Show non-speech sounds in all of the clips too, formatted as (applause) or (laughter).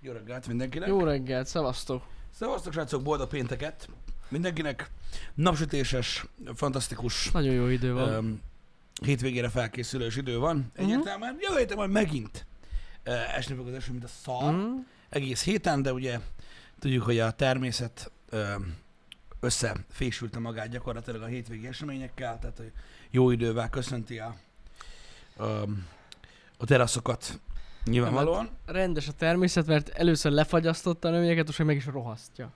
Jó reggelt mindenkinek. Jó reggelt, szevasztok! Szevasztok, srácok, boldog pénteket mindenkinek. Napsütéses, fantasztikus Nagyon Mhm. jó idő van. um, hétvégére felkészülős idő van. Egyértelműen jövő héten majd megint uh, esni fog az eső, mint a szar. Mhm. Egész héten, de ugye tudjuk, hogy a természet um, összefésülte magát gyakorlatilag a hétvégi eseményekkel, tehát hogy jó idővel köszönti a, um, a teraszokat hát- nyilvánvalóan. Rendes a természet, mert először lefagyasztotta a növényeket, most meg is rohasztja.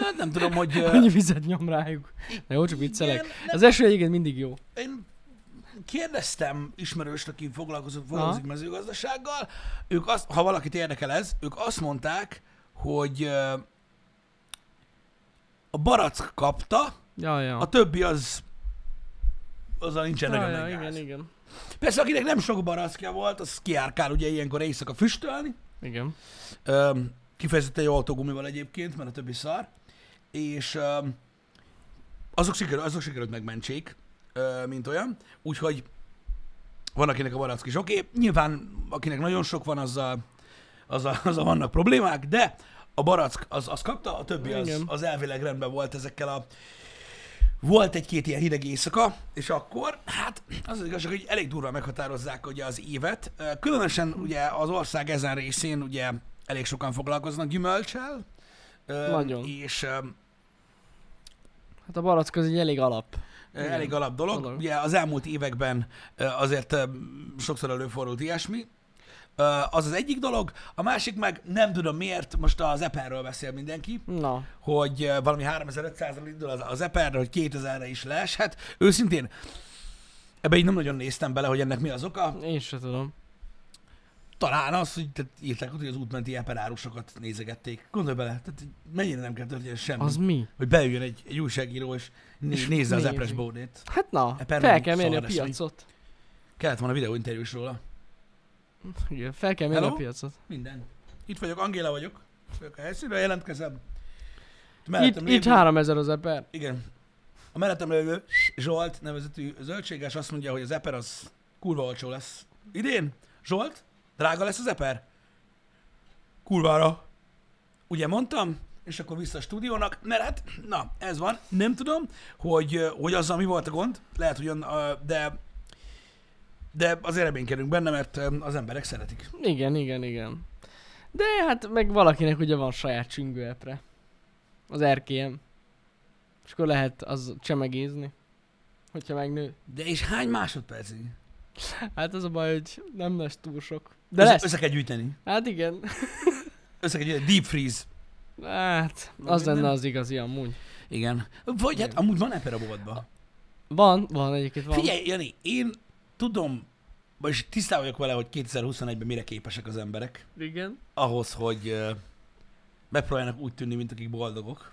Hát nem tudom, hogy... ö, Annyi vizet nyom rájuk. Na jó, csak viccelek. igen, Az eső egyébként mindig jó. Én kérdeztem ismerőst, aki foglalkozott foglalkozik mezőgazdasággal, ők azt, ha valakit érdekel ez, ők azt mondták, hogy ö, a barack kapta, Ja, ja. a többi az azzal nincsen ja, nagyon ja, nagy igen, gáz. igen. Persze, akinek nem sok barackja volt, az kiárkál ugye ilyenkor éjszaka füstölni, Igen. Öm, kifejezetten jó autógumival egyébként, mert a többi szar. És öm, azok, sikerült, azok sikerült megmentsék, ö, mint olyan. Úgyhogy van, akinek a barack is oké. Okay. Nyilván, akinek nagyon sok van, azzal, azzal, azzal vannak problémák, de a barack az, az kapta, a többi az, Igen. az elvileg rendben volt ezekkel a... Volt egy-két ilyen hideg éjszaka, és akkor, hát az az igazság, hogy elég durva meghatározzák ugye az évet. Ö, Különösen ugye az ország ezen részén ugye elég sokan foglalkoznak gyümölcsel. Ö, Nagyon. És ö, Hát a barack az egy elég alap. Ö, Igen. Elég alap dolog. Dolog. Ugye az elmúlt években ö, azért ö, sokszor előfordult ilyesmi. Ö, Az az egyik dolog, a másik meg nem tudom miért, most az Eperről beszél mindenki, Na, hogy ö, valami 3500-ra indul az, az Eperre, hogy 2000-re is leeshet. Őszintén, ebbe így nem nagyon néztem bele, hogy ennek mi az oka. én se tudom. Talán az, hogy tehát írták, ott, hogy az útmenti eperárusokat nézegették. Gondolj bele, tehát így mennyire nem kell történni semmi. Az Az... mi? Hogy beüljön egy, egy újságíró, és, né- És nézze az nézi. epres bódét. Hát na, Eper fel mindig kell mérni a szar lesz, mi? piacot. Kellett volna videóinterjú is róla. Igen, fel kell mérni a Hello? piacot. Minden. Itt vagyok, Angéla vagyok. Vagyok a helyszínről, jelentkezem. Itt, Mellettem itt lévő- 3000 az eper. Igen. A mellettem lévő Zsolt nevezetű zöldséges azt mondja, hogy az eper az kurva olcsó lesz. Idén? Zsolt? Drága lesz az eper? Kurvára. Ugye mondtam? És akkor vissza a stúdiónak, mert hát, na, ez van. Nem tudom, hogy, ö, hogy azzal mi volt a gond. Lehet, hogy ön, ö, de de azért reménykedünk benne, mert ö, az emberek szeretik. Igen, igen, igen. De hát meg valakinek ugye van saját csüngőepre. Az erkélyem. És akkor lehet az csemegézni. Hogyha megnő. De és hány másodpercig? Hát az a baj, hogy nem lesz túl sok. De De össze, lesz. össze kell gyűjteni. Hát igen. Össze kell gyűjteni. Deep freeze. Hát, Na, az minden- lenne az igazi amúgy. Igen. Vagy hát Igen. amúgy van eper a boltban. Van, van egyébként van. Figyelj, Jani, én tudom, vagyis tisztában vagyok vele, hogy 2021-ben mire képesek az emberek. Igen. Ahhoz, hogy ö, megpróbáljanak úgy tűnni, mint akik boldogok.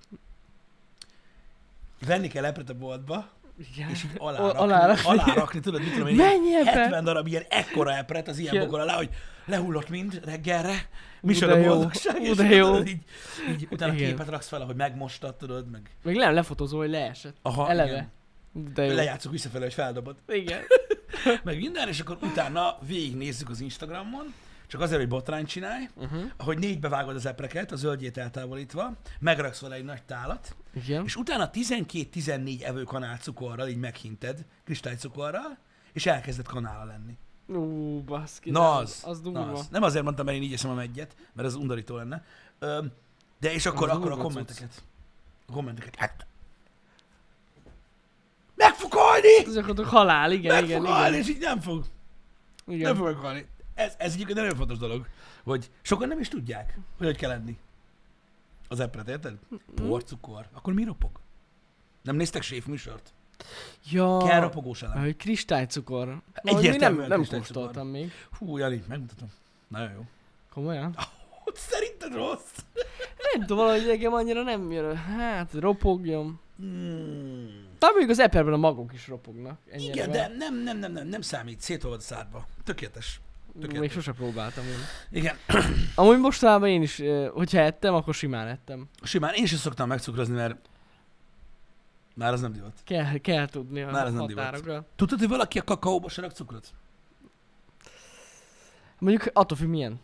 Venni kell epret a boltba, Igen. és így (laughs) Al- alárakni. alárakni. alárakni. tudod, mit tudom én, ilyen Mennyi ebben? 70 darab ilyen ekkora epret az ilyen Igen. bokor alá, hogy lehullott mind reggelre, Ú, micsoda de jó. boldogság, Ú, és de akkor jó. tudod, így, így utána Igen. képet raksz fel, ahogy megmostad, tudod, meg Még nem lefotozó, hogy leesett. Aha, Eleve. Igen. De jó. Lejátszok visszafelé, hogy feldobod. (laughs) Igen. Meg minden, és akkor utána végignézzük az Instagramon, csak azért, hogy botrányt csinálj, Uh-huh. hogy négybe vágod az epreket, a zöldjét eltávolítva, megraksz vele egy nagy tálat, Igen. és utána 12-14 evő kanál cukorral így meghinted, kristálycukorral, és elkezdett kanála lenni. Ú, baszki. Na nem, az, Az Na, durva. az. Nem azért mondtam, mert én így eszem a egyet, mert az undorító lenne. Öm, de és akkor, Az akkor a durva cucc. kommenteket. A kommenteket. Hát. Meg fog halni! Ez gyakorlatilag halál, igen, Meg igen, fog halni, igen. és így nem fog. igen. Nem fog meghalni. Ez, ez egyébként egy nagyon fontos dolog, hogy sokan nem is tudják, hogy hogy kell enni. Az epret, érted? Porcukor. Akkor mi ropog? Nem néztek séf műsort? Ja. Kell ropogós elem. Hogy kristálycukor. Na, hogy még nem, Egyértelműen nem kristálycukor. kóstoltam még. Hú, Jani, megmutatom. Nagyon jó. Komolyan? Ah. Hogy szerinted rossz? Nem tudom, valahogy engem annyira nem jön. Hát, ropogjam. Mm. Talán mondjuk az eperben a magok is ropognak. Ennyire Igen, de bele. nem, nem, nem, nem, nem számít. Szétolvad a szádba. Tökéletes. tökéletes. Még sose próbáltam én. Igen, Amúgy mostanában én is, eh, hogyha ettem, akkor simán ettem. simán. Én sem szoktam megcukrozni, mert már az nem divat. Kell, kell tudni a Már ez nem divat. határokra. Tudod, hogy valaki a kakaóba se rak cukrot? Mondjuk attól függ milyen.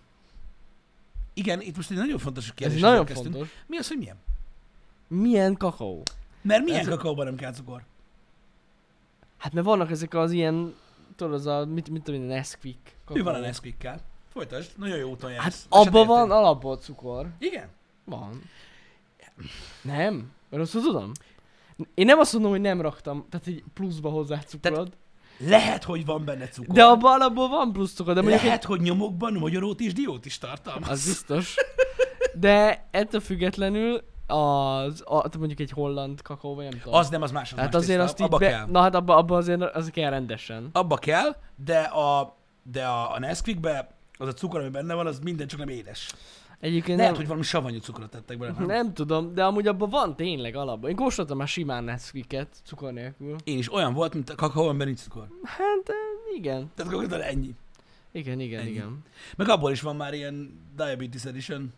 Igen, itt most egy nagyon fontos Ez kérdés. nagyon fontos. Mi az, hogy milyen? Milyen kakaó? Mert milyen Ez- kakaóban nem kell cukor? Hát mert vannak ezek az ilyen, tudod, az a, mit, mit tudom én, Nesquik. Mi van a kakaó. Nesquikkel? Folytasd, nagyon jó úton jársz. Hát Azt se abban van értem. alapból cukor. Igen. Van. Nem? Rosszul tudom? Én nem azt mondom, hogy nem raktam, tehát egy pluszba hozzá cukrod, Lehet, hogy van benne cukor. de abban alapból van plusz cukor, de mondjuk Hát- Lehet, hogy nyomokban magyarót és diót is tartalmaz. egy, az biztos. De ettől függetlenül az, a, tehát mondjuk egy holland kakaó, vagy nem tudom. Az nem, az más, az hát más azért tészta. azt így abba be, kell. na hát abba, abba azért az kell rendesen. Abba kell, de a, de a, a Nesquikbe az a cukor, ami benne van, az minden csak nem édes. Egyébként Lehet, nem, hogy valami savanyú cukrot tettek bele. Nem? nem tudom, de amúgy abban van tényleg alapban. Én kóstoltam már simán Nesquiket, cukor nélkül. Én is olyan volt, mint a kakaó, amiben nincs cukor. Hát eh, igen, Tehát konkrétan ennyi. igen, igen, Ennyi. igen. Meg abból is van már ilyen Diabetes Edition.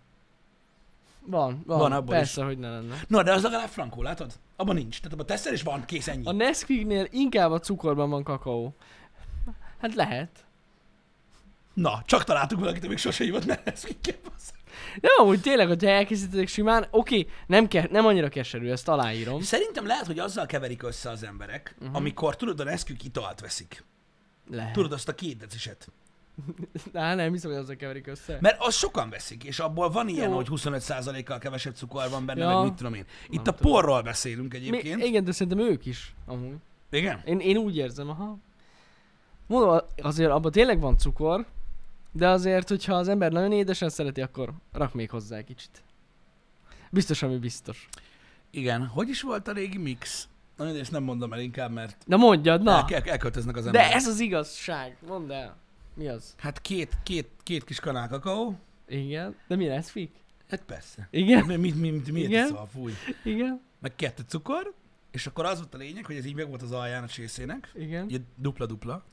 Van, van, Van van abból persze, hogy ne lenne. Na, de az legalább frankó, látod? Abban nincs. Tehát abban teszel és van, kész ennyi. A Nesquiknél inkább a cukorban van kakaó. Hát lehet. Na, csak találtuk valakit, amíg sose hívott Nesquikkel. bassz. Nem, amúgy tényleg, hogyha elkészítetek simán, oké, nem, ke- nem annyira keserű, ezt aláírom. Szerintem lehet, hogy azzal keverik össze az emberek, uh-huh. Mhm. amikor tudod, a Nesquik italt veszik. Lehet. Tudod azt a két deciset. Á, nem, hiszem, hogy azzal keverik össze. Mert azt sokan veszik, és abból van ilyen, Jó. hogy 25%-kal kevesebb cukor van benne, ja. Ja. meg mit tudom én. Itt Nem a porról beszélünk egyébként. Mi, igen, de szerintem ők is, amúgy. Igen? Én, én úgy érzem, aha. Mondom, azért abban tényleg van cukor, de azért, hogyha az ember nagyon édesen szereti, akkor rak még hozzá egy kicsit. Biztos, ami biztos. Igen. Hogy is volt a régi mix? Na, mindegy, ezt nem mondom el inkább, mert Na mondjad, na! Na. El, elköltöznek az emberek. De ez az igazság, mondd el. Mi az? Hát két, két, két kis kanál kakaó. Igen. De mi lesz, Fik? Hát persze. Igen, Mi, mi, mi, mi, miért Igen. is szól? Fúj. igen, Meg kettő cukor, és akkor az volt a lényeg, hogy ez így meg volt az alján a csészének. igen. Ugye dupla-dupla.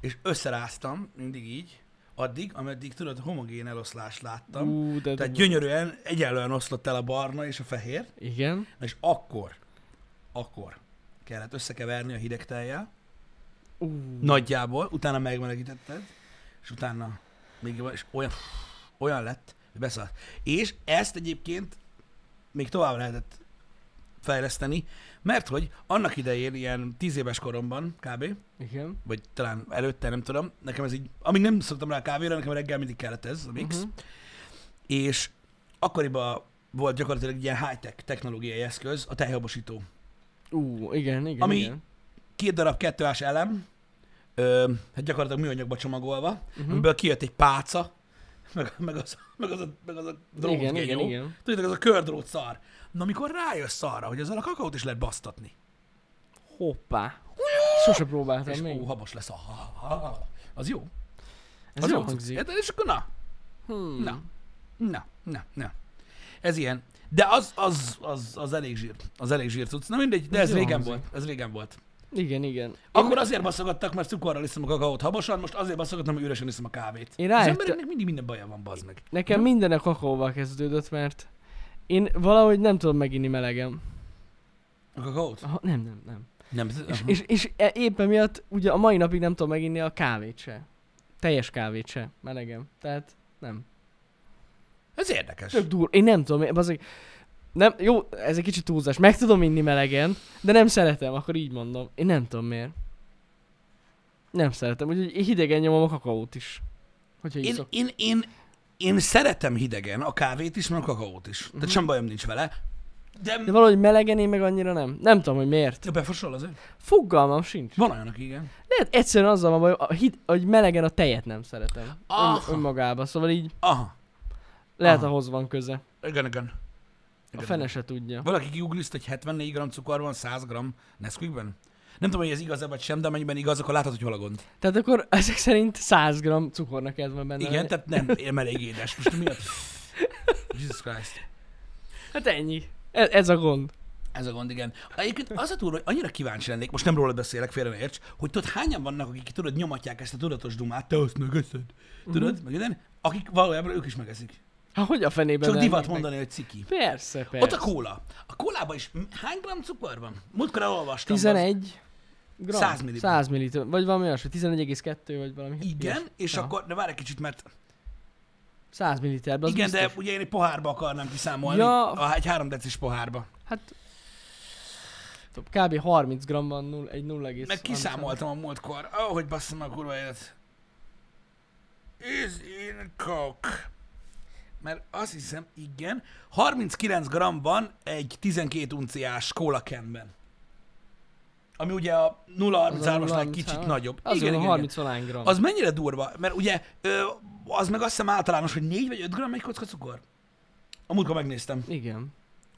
És összeráztam mindig így, addig, ameddig tudod, homogén eloszlást láttam. Uh, Ú, de Tehát durva. gyönyörűen, egyenlően oszlott el a barna és a fehér. Igen. Na És akkor, akkor kellett összekeverni a hideg tejjel, Ú, nagyjából, utána megmelegítetted, és utána még jobban- és olyan, olyan lett, hogy beszállt. És ezt egyébként még tovább lehetett fejleszteni, mert hogy annak idején, ilyen tíz éves koromban kb., igen. vagy talán előtte, nem tudom, nekem ez így, amíg nem szoktam rá a kávéra, nekem reggel mindig kellett ez, a mix, Mhm. uh-huh. és akkoriban volt gyakorlatilag egy ilyen high-tech technológiai eszköz, a tejhabosító. Ú, igen, igen, Ami- igen. Két darab kettőás elem, ö, hát gyakorlatilag műanyagba csomagolva, Mhm. amiből kijött egy páca, meg, meg, az, meg, az, a, meg az a drót Igen, igen, genyó. igen. Tudjátok, az a kördrót szar. Na, amikor rájössz arra, hogy ezzel a kakaót is lehet basztatni, Hoppá. Sose próbáltam és még. ó, habos lesz Ah, a ha, ha, ha. Az jó. Ez az jól cucc. hangzik. Hát, És akkor na, Hmm. na, na, na, na. Ez ilyen. De az, az, az, az elég zsír. Az elég zsír cucc. Na mindegy, de Ez ez jól régen hangzik. volt. Ez régen volt. Igen, igen. Akkor azért baszogattak, mert cukorral iszom a kakaót habosan, most azért baszogattam, hogy üresen iszom a kávét. Én Az rájöttem- embereknek mindig minden baja van, bazd meg. Nekem minden a kakaóval kezdődött, mert én valahogy nem tudom meginni melegem. A kakaót? Aha, nem, nem, nem. Nem. És, és, és e- éppen miatt ugye a mai napig nem tudom meginni a kávét se. Teljes kávét se, melegem. Tehát nem. Ez érdekes. Tök dur. Én nem tudom, én- bazeg, nem, jó, ez egy kicsit túlzás. Meg tudom inni melegen, de nem szeretem, akkor így mondom. Én nem tudom miért. Nem szeretem, úgyhogy én hidegen nyomom a kakaót is. Hogyha én... Én, iszok. én, én, én szeretem hidegen a kávét is, meg a kakaót is. Tehát sem bajom nincs vele. De, Mhm. De valahogy melegen én meg annyira nem. Nem tudom, hogy miért. de befosol azért. Fogalmam sincs. Van olyan, aki igen. Lehet egyszerűen azzal van baj, a hid, hogy melegen a tejet nem szeretem. Ön, Aha. önmagában, szóval így Aha. lehet Aha. ahhoz van köze. Igen, igen. A Igen. fene se tudja. Valaki kiugliszt, hogy 74 g cukor van 100 g Nesquikben? Nem tudom, hogy ez igaz-e vagy sem, de amennyiben igaz, akkor látod, hogy hol a gond. Tehát akkor ezek szerint 100 g cukornak ez van benne. Igen, tehát nem, én elég édes. Most (laughs) mi a... Jesus Christ. Hát ennyi. Ez, ez a gond. Ez a gond, igen. Egyébként az a túl, hogy annyira kíváncsi lennék, most nem rólad beszélek, félre ne érts, hogy tudod, hányan vannak, akik tudod, nyomatják ezt a tudatos dumát, te azt megeszed. Mhm. Tudod, meg minden, akik valójában ők is megeszik. Há, Hát hogy a fenében Csak divat lennék meg? mondani, hogy ciki. Persze, persze. Ott a kóla. A kólában is m- hány gram cukor van? Múltkor elolvastam. bazd. 11 gram. 100 milliből. 100 milliliter. Vagy valami olyasmi, 11,2 vagy valami. Igen, ilyesmi. és Aha. akkor, de várj egy kicsit, mert 100 milliliterben, az Igen, biztos. de ugye én egy pohárba akarnám kiszámolni. Ja. A, egy 3 decis pohárba. Hát... Tudom, Kb. 30 g van null, egy 0, Meg kiszámoltam a múltkor. Ahogy basszom a kurva élet. Is in coke. Mert azt hiszem, igen, 39 g van egy 12 unciás kóla kenben. Ami ugye a 0,33-asnál kicsit nagyobb. Az igen, igen, 30 valány gram. Az mennyire durva? Mert ugye ö, az meg azt hiszem általános, hogy 4 vagy 5 g egy kocka cukor. A múltkor megnéztem, Igen.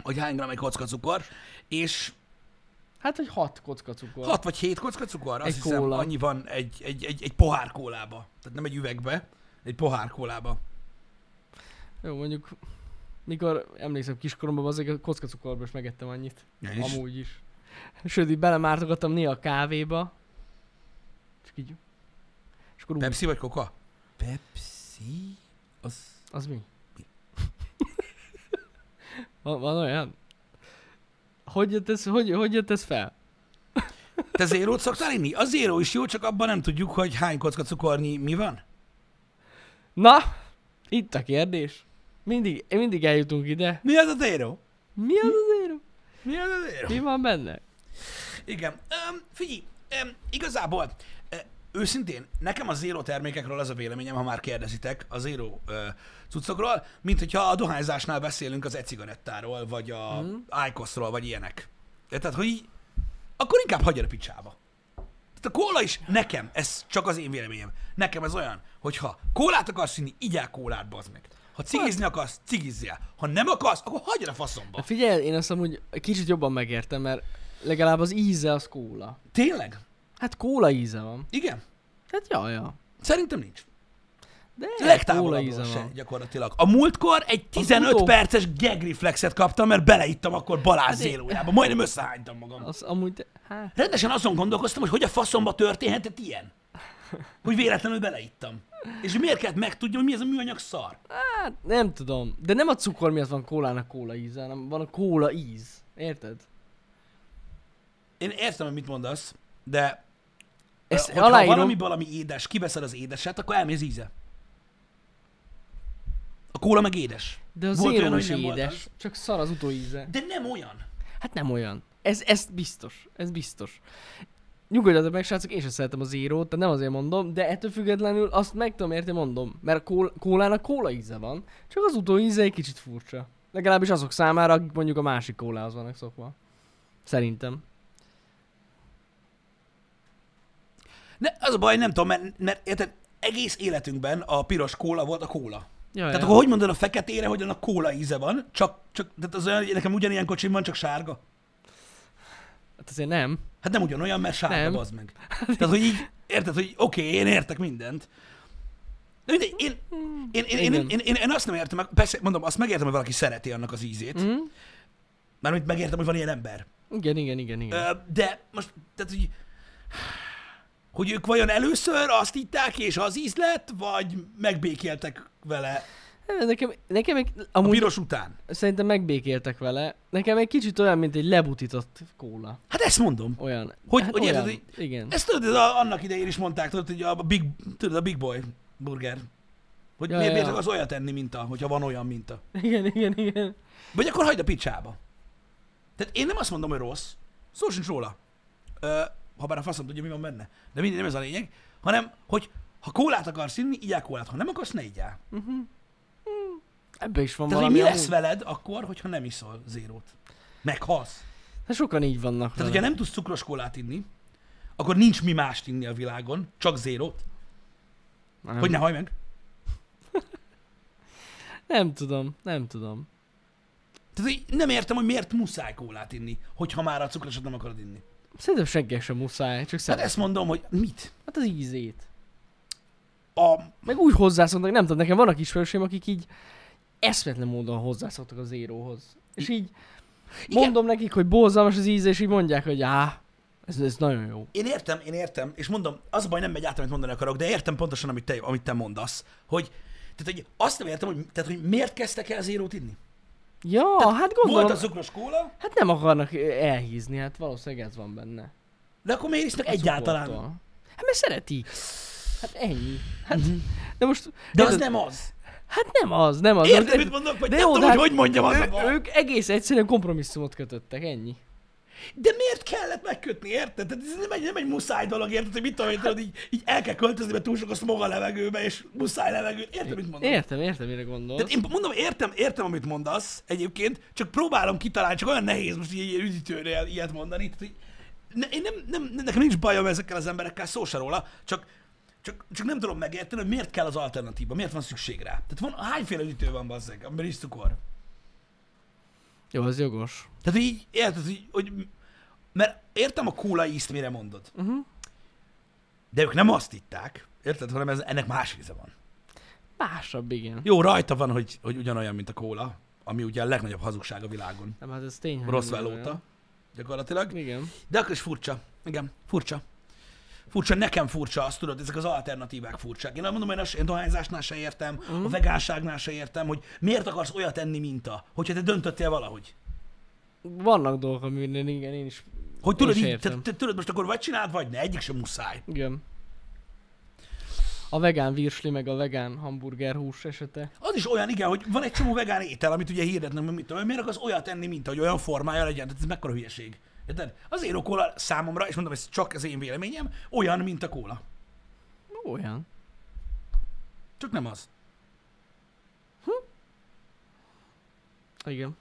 hogy hány gram egy kocka cukor, és Hát, hogy 6 kocka cukor. 6 vagy 7 kocka cukor, azt Egy hiszem kóla. annyi van egy, egy, egy, egy pohár kólába. Tehát nem egy üvegbe, egy pohár kólába. Jó, mondjuk, mikor emlékszem kiskoromban, azért a kocka cukorba is megettem annyit. Ja, Is. és Amúgy is. Sőt, így belemártogattam néha a kávéba. Csak így. És akkor úgy, Pepsi vagy Coca? Pepsi? Az... az mi? van, van olyan? Hogy jött ez, hogy, hogy jött ez fel? Te zérót szoktál inni? A zéró is jó, csak abban nem tudjuk, hogy hány kocka cukornyi mi van. Na, itt a kérdés. Mindig, mindig eljutunk ide. Mi az a zéró? Mi az az érom? Mi az a zéró? Mi van benne? Igen. Um, figyelj, um, igazából uh, őszintén, nekem a zéró termékekről az a véleményem, ha már kérdezitek, a zéró uh, cuccokról, mint hogyha a dohányzásnál beszélünk az e-cigarettáról, vagy a mm. IQOS-ról, vagy ilyenek. Tehát, hogy így, akkor inkább hagyja a picsába. Tehát a kóla is nekem, ez csak az én véleményem, nekem ez olyan, hogyha kólát akarsz inni, igyál kólát, bazd meg. Ha cigizni akarsz, cigizzél. Ha nem akarsz, akkor hagyja a faszomba. Hát Figyelj, én azt amúgy kicsit jobban megértem, mert legalább az íze az kóla. Tényleg? Hát kóla íze van. Igen. Hát ja, ja. Szerintem nincs. De kóla Legtávolabbról íze se, van. gyakorlatilag. A múltkor egy 15 utó- perces gag reflexet kaptam, mert beleittam akkor Balázs Hát én- zélójába. Majdnem összehánytam magam. Az amúgy, de- hát, Rendesen azon gondolkoztam, hogy hogy a faszomba történhetett ilyen. Hogy véletlenül beleittam. És miért kellett megtudjam, hogy mi ez a műanyag szar? hát nem tudom. De nem a cukor miatt van kólának kóla íze, hanem van a kóla íz. Érted? Én értem, hogy mit mondasz, de Ezt Ezt hogyha aláírom. valami valami édes, kiveszed az édeset, akkor elmész íze. A kóla meg édes. De az Volt olyan, zéro hogy is nem volt édes. az. Csak szar az utóíze. De nem olyan. Hát nem olyan. Ez, ez biztos. Ez biztos. Nyugodjatok meg, srácok, én sem szeretem a zérót, tehát nem azért mondom, de ettől függetlenül azt meg tudom érteni, mondom. Mert a kól- kólának kóla íze van, csak az utó íze egy kicsit furcsa. Legalábbis azok számára, akik mondjuk a másik kólához vannak szokva. Szerintem. Ne, az a baj, nem tudom, mert, mert érted, egész életünkben a piros kóla volt a kóla. Jaj, Tehát akkor hogy mondod a feketére, hogy annak kóla íze van, csak, csak tehát az olyan, hogy nekem ugyanilyen kocsim van, csak sárga. Hát azért nem. Hát nem ugyanolyan, mert Nem. sárga, az meg. Tehát, hogy így, érted, hogy oké, okay, én értek mindent. De mindegy, én, én, én, én, én, Igen. én, én, én, azt nem értem, meg- persze, mondom, azt megértem, hogy valaki szereti annak az ízét. Mm? Mármint megértem, hogy van ilyen ember. Igen, igen, igen, igen. Ö, de most, tehát, hogy, hogy ők vajon először azt itták, és az íz lett, vagy megbékéltek vele Nekem, nekem egy, a amúgy piros után? szerintem megbékéltek vele. Nekem egy kicsit olyan, mint egy lebutított kóla. Hát ezt mondom. Olyan. Hogy- hát hogy olyan. érted, hogy- Igen. Ezt tudod, ez a, annak idején is mondták, tudod, hogy a Big, tudod, a big Boy burger. Hogy Ja, miért, ja, miért ja. akarsz olyat enni, minta, hogyha van olyan minta. (laughs) Igen, igen, igen. Vagy akkor hagyd a picsába. Tehát én nem azt mondom, hogy rossz. Szó sincs róla. Ö, ha bár a faszom tudja, mi van benne. De mindig nem ez a lényeg. Hanem, hogy ha kólát akarsz inni, igyál kólát. Ha nem akarsz, ne igyál. Ebbe is van Tehát, hogy valami. mi lesz amúgy. veled akkor, hogyha nem iszol zérót? Meghalsz. Hát sokan így vannak. Tehát, vele. hogyha nem tudsz cukros kólát inni, akkor nincs mi mást inni a világon, csak zérót. nem, Hogy ne hajj meg. nem tudom, nem tudom. Tehát így nem értem, hogy miért muszáj kólát inni, hogyha már a cukrosat nem akarod inni. Szerintem senkinek sem muszáj, csak Hát szeret. Hát, ezt mondom, hogy mit? hát az ízét. A... Meg úgy hozzászoknak, nem tudom, nekem vannak ismerőseim, akik így eszmetlen módon hozzászoktak az éróhoz. És így Igen. mondom nekik, hogy borzalmas az íze, és így mondják, hogy á, ez, ez nagyon jó. Én értem, én értem, és mondom, az a baj, nem megy át, amit mondani akarok, de értem pontosan, amit te, amit te mondasz, hogy tehát, hogy azt nem értem, hogy, tehát, hogy miért kezdtek el zérót inni? Ja, hát Volt gondolom, a cukros kóla, hát nem akarnak ö, elhízni, hát valószínűleg ez van benne. de akkor miért isznak A egyáltalán? cukortól. Hát mert szereti. Hát ennyi. Hát, de most... Mhm. De az érted? nem az. Hát nem az, nem az. Érted, Hogy- mit mondok? Vagy de nem jó, tudom, de hogy hát hogy mondjam az a Ő, baj. ők egész egyszerűen kompromisszumot kötöttek, ennyi. De miért kellett megkötni, érted? Tehát ez nem egy, nem egy muszáj dolog, érted? Hogy mit tudom én, tudod, így, így el kell költözni, mert túl sok a smog a levegőbe, és muszáj levegőt. Érted, mit mondom? Értem, értem, mire gondol. Tehát én mondom, értem, értem, amit mondasz egyébként, csak próbálom kitalálni, csak olyan nehéz most így egy üdítőnél ilyet mondani. Tehát, hogy ne, én nem, nem, nem, nekem nincs bajom ezekkel az emberekkel, szó se róla, csak, csak, csak nem tudom megérteni, hogy miért kell az alternatíva, miért van szükség rá. Tehát van, hányféle üdítő van, bazzeg, amiben is cukor? Jó, az jogos. Tehát így, érted, hogy, hogy mert értem a kóla ízt, mire mondod. Mhm. De ők nem azt itták, érted, hanem ez, ennek más íze van. Másabb, igen. Jó, rajta van, hogy, hogy ugyanolyan, mint a kóla, ami ugye a legnagyobb hazugság a világon. Nem, hát ez tény. hogy Rossz nem velóta, olyan. gyakorlatilag. Igen. De akkor is furcsa. Igen, furcsa. Furcsa, nekem furcsa, azt tudod, ezek az alternatívák furcsák. Én azt mondom, én, a- én dohányzásnál se értem, mm. a vegánságnál se értem, hogy miért akarsz olyat enni, mint a, hogyha te döntöttél valahogy. Vannak dolgok, amiben igen, én is. Hogy Én tudod, se így, te, értem. te, tudod most akkor vagy csináld, vagy ne, egyik sem muszáj. Igen. A vegán virsli, meg a vegán hamburger hús esete. Az is olyan, igen, hogy van egy csomó vegán étel, amit ugye hirdetnek, meg mit tudom, én, miért akarsz olyat enni, mint hogy olyan formája legyen, tehát ez mekkora hülyeség. Érted? Azért a kóla számomra, és mondom, ez csak az én véleményem, olyan, mint a kóla. Olyan. Csak nem az. Igen.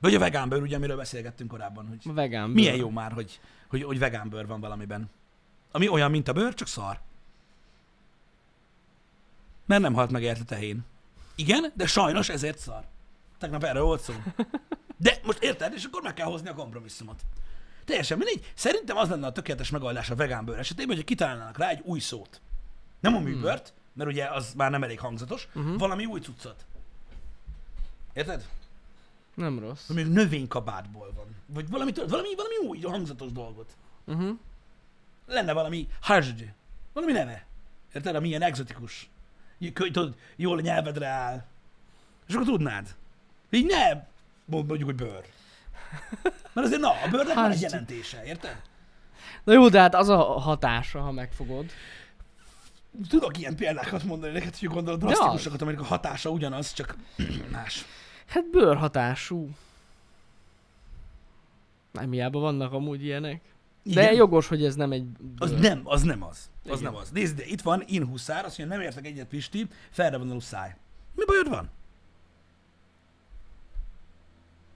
Vagy a vegánbőr, ugye, amiről beszélgettünk korábban, hogy A vegán. bőr. milyen jó már, hogy, hogy, hogy vegán bőr van valamiben. Ami olyan, mint a bőr, csak szar. Mert nem halt meg érte tehén. Igen, de sajnos ezért szar. Tegnap erről volt szó. De most érted, és akkor meg kell hozni a kompromisszumot. Teljesen mindegy. Szerintem az lenne a tökéletes megoldás a vegán bőr esetében, hogyha kitalálnának rá egy új szót. Nem a műbört, mert ugye az már nem elég hangzatos, Mhm. valami új cuccot. Érted? Nem rossz. Ami növénykabátból van. Vagy valami, tudod, valami, valami új, hangzatos dolgot. Uh-huh. Lenne valami hazsgy, valami neve. Érted? Ami ilyen egzotikus. J- kö- Tudod, jól a nyelvedre áll. És akkor tudnád. Így nem. Mond- Mondjuk, hogy bőr. Mert azért na, a bőrnek van egy Hazsgy. jelentése, érted? Na jó, de hát az a hatása, ha megfogod. Tudok ilyen példákat mondani neked, hogy gondolod az. drasztikusakat, aminek a hatása ugyanaz, csak más. Hát bőrhatású. Nem hiába vannak amúgy ilyenek. De Igen. jogos, hogy ez nem egy Az bőr. nem, az nem az. Az Igen. nem az. Nézd, ide, itt van inhuszár, azt mondja, nem értek egyet, Pisti, felre vonuló száj. Mi bajod van?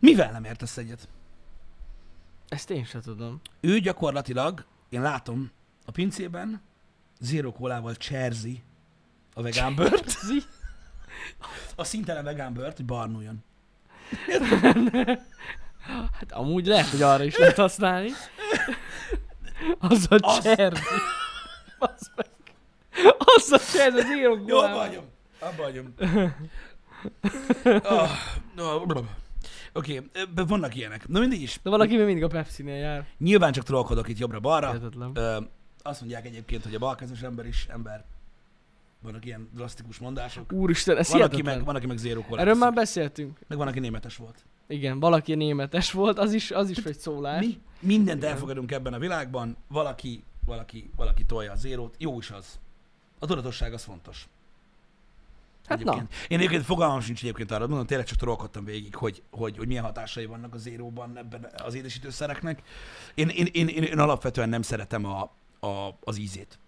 Mivel nem értesz egyet? Ezt én se tudom. Ő gyakorlatilag, én látom, a pincében zero kólával cserzi a vegánbört, Zi- a szintelen vegánbört, hogy barnuljon. Hát amúgy lehet, hogy arra is lehet használni. Az a Az- cserdi. Az meg. Az a cserdi, az írok Jó, abba hagyom. Abba hagyom. Ah, ah, blablabla. Oké, okay, vannak ilyenek. Na mindig is. De valaki még mindig a Pepsi-nél jár. Nyilván csak trollkodok itt jobbra-balra. Hihetetlen. Ö, azt mondják egyébként, hogy a balkezes ember is ember. Vannak ilyen drasztikus mondások. Úristen, ez Van aki, hihetetlen. meg, van, aki meg zéró kolát Erről már iszik. beszéltünk. Meg van, aki németes volt. Igen, valaki németes volt, az is, az is egy szólás. Hát Mi mindent Igen. elfogadunk ebben a világban. Valaki, valaki, valaki tolja a zérót. Jó is az. A tudatosság az fontos. Hát na. egyébként. Én egyébként fogalmam sincs egyébként arra, mondom, tényleg csak trollkodtam végig, hogy, hogy, hogy milyen hatásai vannak a zéróban ebben az édesítőszereknek. Én, én, én, én, én alapvetően nem szeretem a, a, az ízét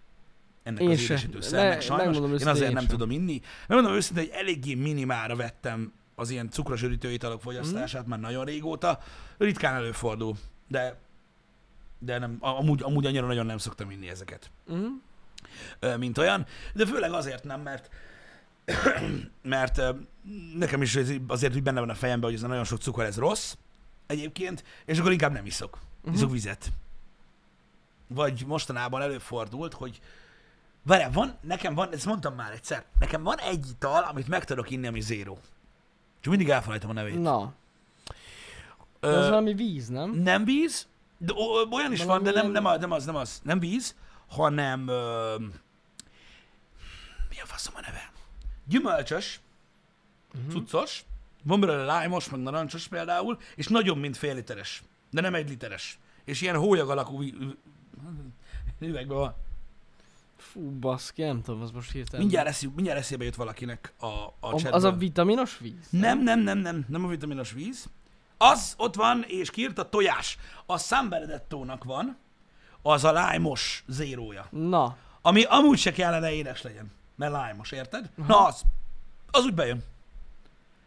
ennek Én az se. édesítőszernek, Ne- sajnos. megmondom Én őszintén, azért én nem sem. tudom inni. Megmondom őszintén, hogy eléggé minimálra vettem az ilyen cukros üdítőitalok fogyasztását már nagyon régóta. Ritkán előfordul, de de nem, amúgy, amúgy annyira nagyon nem szoktam inni ezeket Mhm. ö, mint olyan, de főleg azért nem, mert (clears throat) mert ö, nekem is ez- azért úgy benne van a fejemben, hogy ez a nagyon sok cukor, ez rossz egyébként, és akkor inkább nem iszok. Uh-huh. Iszok vizet. Vagy mostanában előfordult, hogy Várjál, van, nekem van, ezt mondtam már egyszer, nekem van egy ital, amit meg tudok inni, ami zéró. Csak mindig elfelejtem a nevét. Na, Ö, de az valami víz, nem? nem víz, de o- olyan is van, de nem, nem, a- nem az, nem az, nem víz, hanem... Ö, mi a faszom a neve? Gyümölcsös, Mhm. uh-huh. cuccos, van belőle lájmos, meg narancsos például, és nagyon mint fél literes, de (laughs) nem egy literes. És ilyen hólyag alakú vi- üvegben van. Fú, baszki, nem tudom, az most hirtelen. Mindjárt, eszé, mindjárt eszébe jut valakinek a, a, A- chatből. Hm? az a vitaminos víz? Nem, nem, nem, nem, nem a vitaminos víz. Az ott van, és kiírt a tojás. A San Benedettónak van, az a lájmos zérója. Na, Ami amúgy se kellene édes legyen, mert lájmos, érted? Na az, az úgy bejön.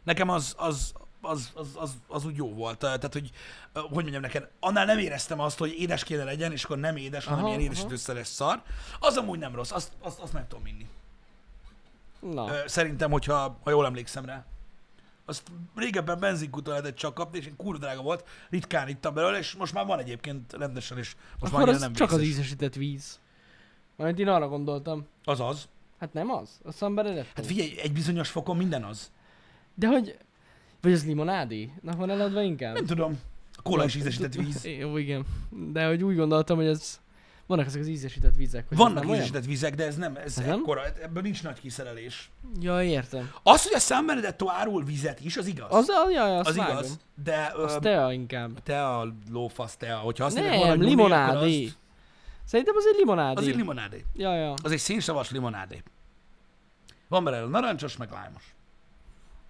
Nekem az, az, az, az, az, az úgy jó volt. Tehát, hogy, hogy mondjam neked, annál nem éreztem azt, hogy édes kéne legyen, és akkor nem édes, hanem Aha, ilyen aha. édesítőszeres szar. Az amúgy nem rossz, azt, azt, azt meg tudom inni. na. Ö, Szerintem, hogyha ha jól emlékszem rá. Azt régebben benzinkúton lehetett csak kapni, és én kurva drága volt, ritkán ittam belőle, és most már van egyébként rendesen, és most Akkor már az nem csak az vicces. ízesített víz. Majd én arra gondoltam. Az az. Hát nem az? A szamberedet? Hát figyelj, egy bizonyos fokon minden az. De hogy... Vagy az limonádénak van eladva inkább? Nem tudom. A kóla is ízesített víz. Jó, igen. De hogy úgy gondoltam, hogy ez... Vannak ezek az ízesített vizek. Hogy ez Vannak nem olyan? ízesített vizek, de ez nem, ez Ez nem? ekkora, ebből nincs nagy kiszerelés. Ja, értem. Az, hogy a San Benedetto árul vizet is, az igaz. Az, az, jaj, az az igaz, de Az ö, tea inkább. te a lófasz, te a, hogyha azt mondják, Nem, valami nyúlni, akkor limonádé. azt- Szerintem az egy limonádé. Az egy limonádé. Ja, ja. Az egy szénsavas limonádé. Van belőle narancsos, meg lájmos.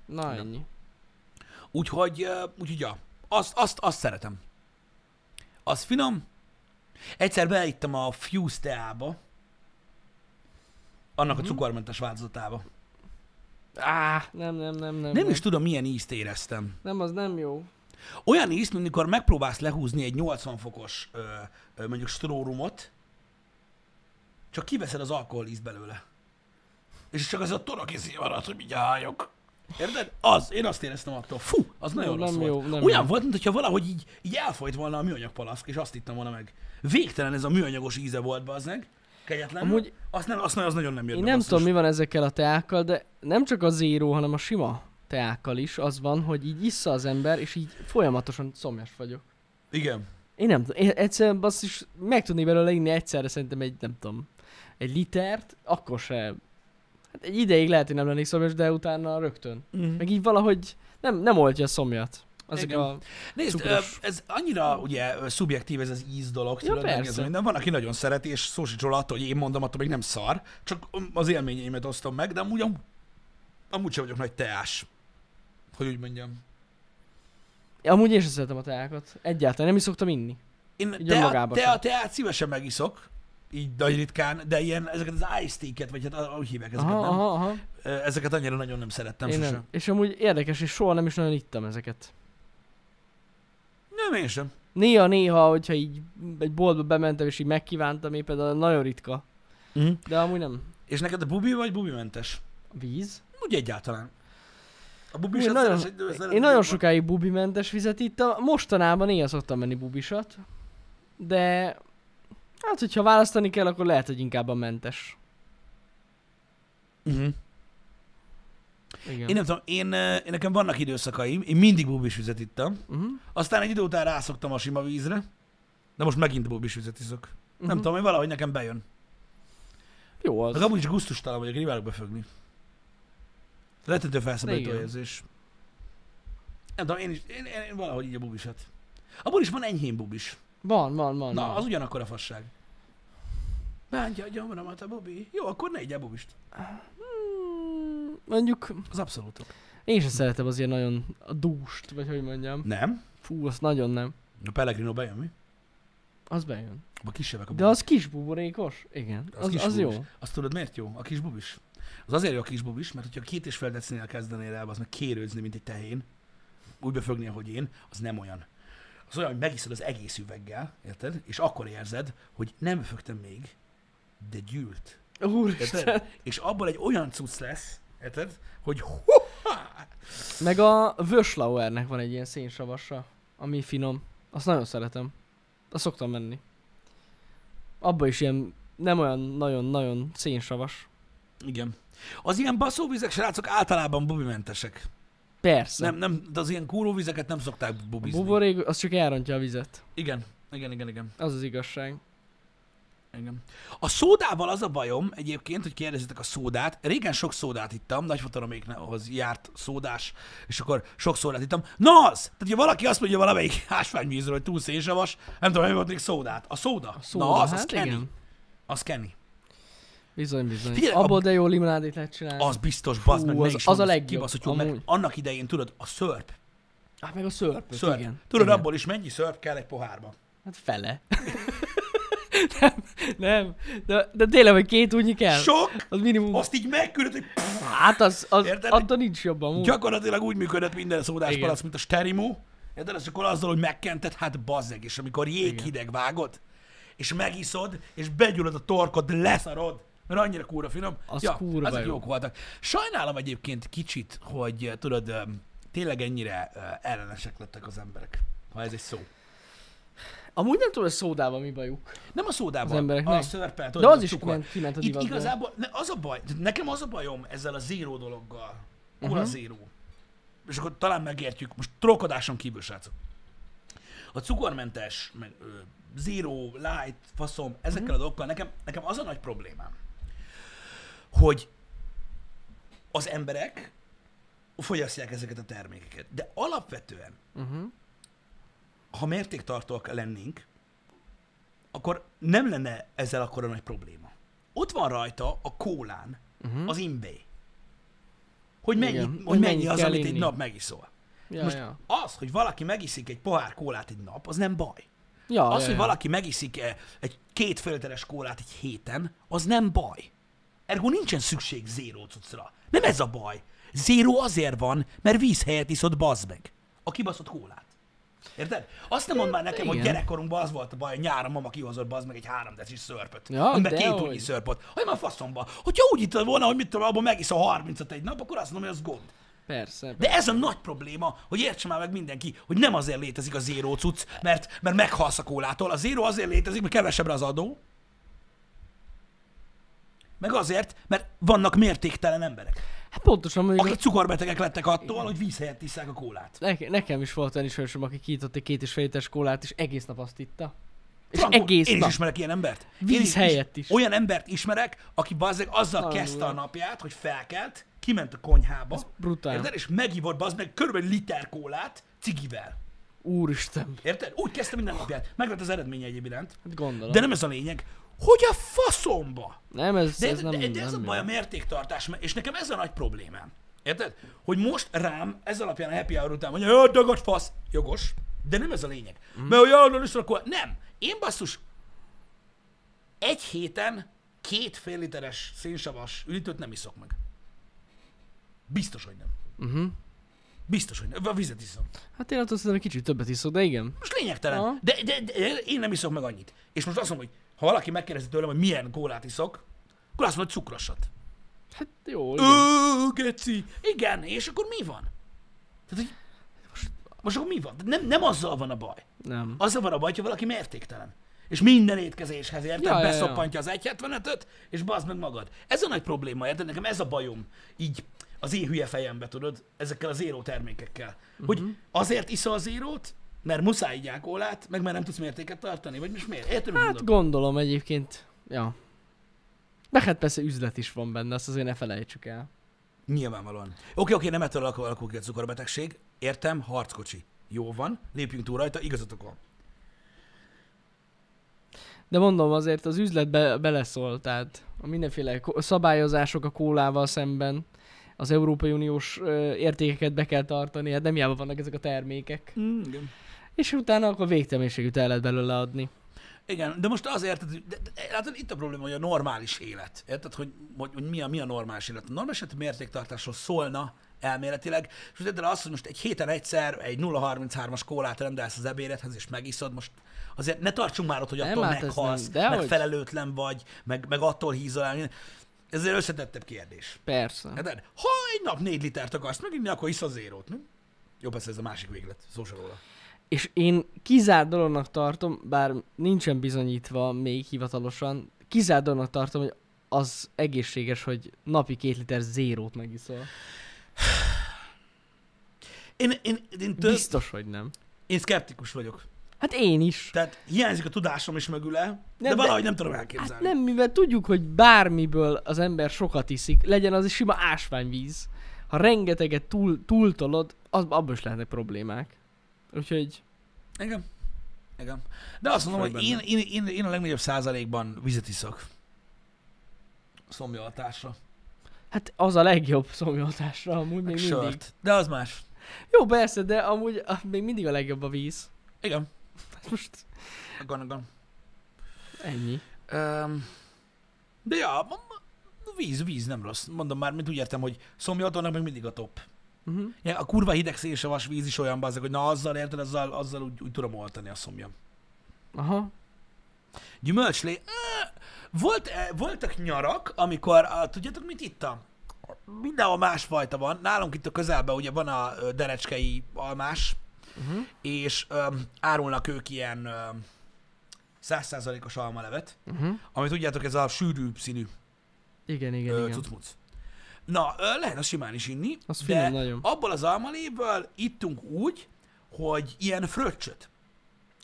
Na ennyi. Úgyhogy, ö, úgyhogy ja, azt, azt, azt szeretem. Az finom. Egyszer beittem a Fuse teába, annak a cukormentes változatába. Á, nem, nem, nem, nem. Nem is tudom, milyen ízt éreztem. Nem, az nem jó. Olyan ízt, mint amikor megpróbálsz lehúzni egy 80 fokos, ö, ö, mondjuk strórumot, csak kiveszed az alkohol ízt belőle. És csak az a torok ízé maradt, hogy mindjárt álljok. Érted? Az, én azt éreztem attól. Fú, az nagyon nem rossz jó, volt. nem Olyan jó. volt, mintha valahogy így, így elfolyt volna a műanyag palaszk, és azt ittam volna meg. Végtelen ez a műanyagos íze volt, bazdmeg. Kegyetlen. Amúgy... Amúgy- Azt, nem, azt, az nagyon nem jött Én be, nem basszus. tudom, mi van ezekkel a teákkal, de nem csak a zéró, hanem a sima teákkal is az van, hogy így issza az ember, és így folyamatosan szomjas vagyok. Igen. Én nem tudom, én egyszerűen basszus, meg tudnék belőle inni egyszerre szerintem egy, nem tudom, egy litert, akkor se. Hát egy ideig lehet, hogy nem lennék szomjas, de utána rögtön. Mm. Meg így valahogy nem, nem oltja a szomjat. Ezek Igen. a... Nézd, Cukros. ö, ez annyira ugye ö, szubjektív ez az íz dolog, Ja, tudod, meg ez persze. minden. Van, aki nagyon szereti, és szó sincs róla attól, hogy én mondom, attól még nem szar, csak ö, az élményeimet osztom meg, de amúgy, amúgy, amúgy sem vagyok nagy teás. Hogy úgy mondjam. Amúgy én sem szeretem a teákat. Egyáltalán nem is szoktam inni. Én Így te, önmagában te, sem. a teát szívesen megiszok, így nagy ritkán, de ilyen, ezeket az ice vagy hát ahogy hívják ezeket, Aha, nem? aha, aha. Ö, Ezeket annyira nagyon nem szerettem én sose. nem. És amúgy érdekes, és soha nem is nagyon ittam ezeket. nem, én sem. Néha-néha, hogyha így egy boltba bementem, és így megkívántam éppen, de nagyon ritka. Mm. De amúgy nem. És neked a bubi vagy bubimentes? Víz? Úgy egyáltalán. A bubi Én sem nagyon, szeres- szeres- én nagyon sokáig bubimentes vizet ittam, mostanában néha szoktam menni bubisat, de hát hogyha választani kell, akkor lehet, hogy inkább a mentes. Mhm. Igen. Én nem tudom, én, ö, én nekem vannak időszakaim, én mindig bubis vizet ittam, Uh-huh. aztán egy idő után rászoktam a sima vízre, de most megint bubis vizet iszok. Uh-huh. Nem tudom, hogy valahogy nekem bejön. Mhm. Jó az. Meg amúgy is gusztustalan vagyok, én imádok befögni. Retető felszabadító Igen. érzés. Nem tudom, én is, én, én, én valahogy így a bubisat. Abból is van enyhén bubis. Van, van, van. Na, van. az ugyanakkor a fasság. Bántja a gyomromat a bubi. Jó, akkor ne egyél bubist. Mm, Mondjuk Az abszolútok. én sem szeretem az ilyen nagyon a dúst, vagy hogy mondjam. Nem. Fú, azt nagyon nem. A Pellegrino bejön mi? Az bejön. Abba kisebbek a De az kis buborékos? Igen. Az Az, kis az, jó. bubis. Azt tudod miért jó? A kis bubis. Az azért jó a kis bubis, mert hogyha két és fél decinél kezdenél el, az meg kérőzni, mint egy tehén, úgy befögni, ahogy én, az nem olyan. Az olyan, hogy megiszod az egész üveggel, érted? És akkor érzed, hogy nem befögtem még, de gyűlt. Úristen. Érted? És abból egy olyan cucc lesz, érted? Hogy hú, Meg a Vörslauernek van egy ilyen szénsavassa, ami finom. Azt nagyon szeretem. Azt szoktam menni. Abba is ilyen nem olyan nagyon-nagyon szénsavas. igen. Az ilyen baszóvizek, srácok, általában bubimentesek. Persze. Nem, nem, de az ilyen kúróvizeket nem szokták a bubizni. buborék az csak elrontja a vizet. Igen, igen, igen, igen. Az az igazság. Igen. A szódával az a bajom egyébként, hogy kérdezitek a szódát. Régen sok szódát ittam, nagyfatalomékhoz járt szódás, és akkor sok szódát ittam. Na az! Tehát, ha valaki azt mondja valamelyik (laughs) ásványvízről, hogy túl szénsavas, nem tudom, hogy mondjuk szódát. A szóda. A szóda, Na az, hát az kenni. igen. Az kenni. Bizony, bizony. Figyelj, Figyelj, a- Abból de jó limonádét lehet csinálni. Az biztos, bazd meg, Hú, ne az- is az a mondd, legjobb, kibaszott jó, mert amúgy. annak idején, tudod, a szörp. Hát meg a szörpöt, szörp. igen. Tudod, igen. abból is mennyi szörp kell egy pohárba. Hát fele. nem, nem. De, de tényleg, hogy két úgy kell. Sok, az minimum. azt így megküldött, hogy pff, Hát az, az Érted? attól nincs jobb amúgy. gyakorlatilag úgy működött minden szódás Igen. palac, mint a sterimó. Érted, és akkor azzal, hogy megkented, hát bazzeg, és amikor jéghideg vágod, és megiszod, és begyullad a torkod, de leszarod, mert annyira kúra finom. Az kurva azok jó. jók voltak. Sajnálom egyébként kicsit, hogy eh, tudod, eh, tényleg ennyire eh, ellenesek lettek az emberek, ha ez egy szó. Amúgy nem tudom, hogy szódában mi bajuk. Nem a szódában, Az a embereknek. szörpel, De tudod, az a is cukor. kiment, kiment a Itt divatból. igazából ne, az a baj, tehát nekem az a bajom ezzel a zéró dologgal. Hol Mhm. uh-huh. a zéró? És akkor talán megértjük, most trollkodáson kívül, srácok. A cukormentes, meg ö, zero, light, faszom, ezekkel Mhm. uh-huh. a dolgokkal nekem, nekem az a nagy problémám, hogy az emberek fogyasztják ezeket a termékeket. De alapvetően, Uh-huh. ha mértéktartóak lennénk, akkor nem lenne ezzel akkora nagy probléma. Ott van rajta a kólán Mhm. az imbé. Hogy mennyi, Igen, hogy hogy mennyi, mennyit az, kell amit egy inni. nap megiszol. Ja, Most ja. az, hogy valaki megiszik egy pohár kólát egy nap, az nem baj. Ja, Az, ja, hogy ja. valaki megiszik eh, egy két félteres kólát egy héten, az nem baj. Ergo nincsen szükség zéró cuccra. Nem ez a baj. Zéró azért van, mert víz helyett iszod bazd meg. A kibaszott kólát. Érted? Azt nem mondd már nekem, hogy igen. gyerekkorunkban az volt a baj, hogy nyáron mama kihozott bazd meg egy három decis szörpöt. Ja, amiben de két hogy. úgy szörpöt. Hogy már faszomba. Hogyha úgy ittad volna, hogy mit tudom, abban megisz a 30 egy nap, akkor azt mondom, hogy az gond. Persze. De ez a nagy probléma, hogy értse már meg mindenki, hogy nem azért létezik a zéró cucc, mert, mert meghalsz a kólától. A zéró azért létezik, mert kevesebbre az adó. Meg azért, mert vannak mértéktelen emberek, Hát pontosan mondjuk... akik cukorbetegek lettek attól, hogy víz helyett iszák a kólát. Nekem, nekem is volt olyan ismerősöm, aki kiított egy két és fél literes kólát, és egész nap azt itta. És Frankó, egész én is nap. ismerek ilyen embert. Én Víz helyett is. Olyan embert ismerek, aki bazzeg azzal Nagyon kezdte a durva. napját, hogy felkelt, kiment a konyhába, brutál. érted, és megivott bazdmeg körülbelül liter kólát cigivel. Úristen. Érted? Úgy kezdte minden napját. Meg lett az eredménye egyéb iránt. Hát gondolom. De nem ez a lényeg. Hogy a faszomba? nem, ez, De ez ez, nem, de, de ez nem a baj a mértéktartás, és nekem ez a nagy problémám. Érted? Hogy most rám ez alapján a happy hour után mondja, hogy dagad fasz, jogos, de nem ez a lényeg. Mhm. Mm. Mert hogy arról is akkor nem. Én basszus, egy héten két fél literes szénsavas üdítőt nem iszok meg. Biztos, hogy nem. Uh-huh. Biztos, hogy nem. A vizet iszom. Hát én attól szerintem egy kicsit többet iszok, de igen. Most lényegtelen. Aha. De, de, de, én nem iszok meg annyit. És most azt mondom, hogy ha valaki megkérdezi tőlem, hogy milyen kólát iszok, akkor azt mondom, hogy cukrosat. Hát jó, igen. Ö, geci. Igen, és akkor mi van? Tehát, hogy most, most akkor mi van? Tehát Nem, nem azzal van a baj. Nem. Azzal van Mhm. a baj, ha valaki mértéktelen. És minden étkezéshez, érted? Ja, Ja, ja, ja. Beszoppantja az 175-öt, és bazd meg magad. Ez a nagy probléma, érted? Nekem ez a bajom. Így az én hülye fejembe, tudod, ezekkel az zéró termékekkel. Hogy azért iszol az zérót, mert muszáj így ákolát, meg mert nem tudsz mértéket tartani, vagy most miért? Érted? Hát, Hát gondolom egyébként. Ja. Meg hát persze üzlet is van benne, azt azért ne felejtsük el. Nyilvánvalóan. Oké, oké, nem ettől alakul, alakul ki a cukorbetegség. Értem, harckocsi. Jó van, lépjünk túl rajta, igazatok van. De mondom, azért az üzlet be, beleszól, tehát a mindenféle ko- szabályozások a kólával szemben, az Európai Uniós ö, értékeket be kell tartani, hát nem hiába vannak ezek a termékek. Mm, igen. És utána akkor végtelenségűt el lehet belőle adni. igen, de most azért, de, de, de, látod, itt a probléma, hogy a normális élet. Érted, hogy, hogy, hogy mi, a, mi a normális élet? A normális élet mértéktartásról szólna elméletileg, és most érted azt, hogy most egy héten egyszer egy 0,33-as kólát rendelsz az ebédethez, és megiszod, most azért ne tartsunk már ott, hogy Nem, attól hát ez meghalsz, nem, nem, dehogy. meg felelőtlen vagy, meg, meg attól hízol el. Ez egy összetettebb kérdés. Persze. Érted? Ha egy nap négy litert akarsz meginni, akkor isz a zérót, nem? Jó, persze ez a másik véglet, szó se róla. És én kizár dolognak tartom, bár nincsen bizonyítva még hivatalosan, kizár dolognak tartom, hogy az egészséges, hogy napi két liter zérót megiszol. Én, én, én, tő, Biztos, hogy nem. én szkeptikus vagyok. Hát én is. Tehát hiányzik a tudásom is mögüle, nem, de de- valahogy nem tudom Hát elképzelni. nem, mivel tudjuk, hogy bármiből az ember sokat iszik, legyen az is sima ásványvíz. Ha rengeteget túl, túltolod, az, abban is lehetnek problémák. Úgyhogy nem. Igen. Igen. De azt mondom, vagy hogy én, én, én, én, a legnagyobb százalékban vizet iszok. szomjaltásra. Hát az a legjobb szomjoltásra amúgy Meg még mindig. sört. De az más. Jó, persze, de amúgy ah, még mindig a legjobb a víz. Igen. Hát most Agan, agan. ennyi. Um, de ja, ma- ma- víz, víz nem rossz. Mondom már, mint úgy értem, hogy szomjaltónak meg mindig a top. Uh-huh. Ja, a kurva hideg szénsavas víz is olyan bazeg, hogy na azzal érted, azzal, azzal úgy, úgy tudom oltani a szomjam. Aha. Gyümölcslé. Á, Volt, eh, voltak nyarak, amikor, a, tudjátok, mit ittam? Mindenhol másfajta van. Nálunk itt a közelben ugye van a ö, derecskei almás, Uh-huh. és öm, árulnak ők ilyen öm, százszázalékos almalevet, Uh-huh. amit tudjátok, ez a sűrű színű Igen, igen, ö, igen. cucmuc. Na, ö, lehet azt simán is inni, Az de finom nagyon. abból az almaléből ittunk úgy, hogy ilyen fröccsöt.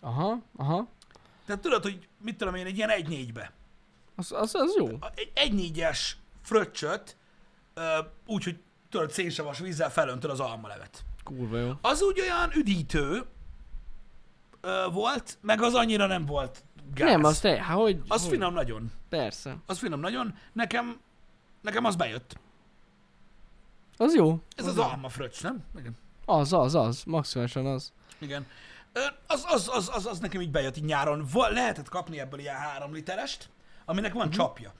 Aha, aha. Tehát tudod, hogy mit tudom én, egy ilyen egy-négybe. Az, az, az jó. A- egy egynégyes fröccsöt, ö, úgy, hogy tudod, szénsavas vízzel felöntöd az almalevet. Kurva jó. Az úgy olyan üdítő ö, volt, meg az annyira nem volt gáz. Nem, az te, há, hogy, az hogy? finom nagyon. Persze. Az finom nagyon. Nekem, nekem az bejött. Az jó. Ez az alma fröccs, nem? Igen. Az, az, az. Maximálisan az. Igen. Ö, Az, az, az, az, az nekem így bejött így nyáron. Va- lehetett kapni ebből ilyen három literest, aminek van csapja.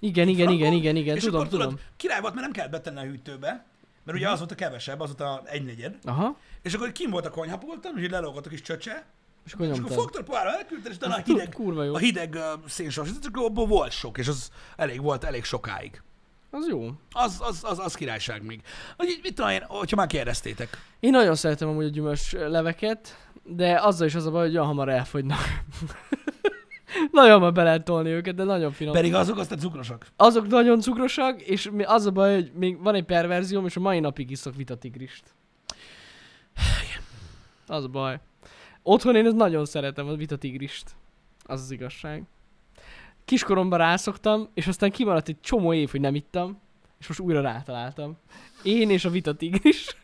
Igen, igen, Frankon, igen, igen, igen. és Tudom, akkor tudom. Mhm. tudod, király volt, mert nem kellett betenni a hűtőbe, mert ugye az volt a kevesebb, az volt a egynegyed. Aha. És akkor kim volt a konyhapulton, úgyhogy lelógott a kis csöcse, És akkor és akkor nyomtad. fogtad poára, elküldted, és utána a Az kur- hideg, Kurva jó. a hideg uh, szénsavas, csak abból volt sok, és az elég volt, elég sokáig. Az jó. Az, az, az, az királyság még. Úgyhogy mit tudom én, hogyha már kérdeztétek. Én nagyon szeretem amúgy a gyümölcs leveket, de azzal is az a baj, hogy olyan hamar elfogynak. (laughs) nagyon hamar be lehet tolni őket, de nagyon finom. Pedig azok aztán cukrosak. Azok nagyon cukrosak, és mi- az a baj, hogy még van egy perverzióm, és a mai napig iszok vitatigrist. Az a baj. Otthon én ezt nagyon szeretem, a vitatigrist. Az az igazság. Kiskoromban rászoktam, és aztán kimaradt egy csomó év, hogy nem ittam, és most újra rátaláltam. Én és a vitatigris.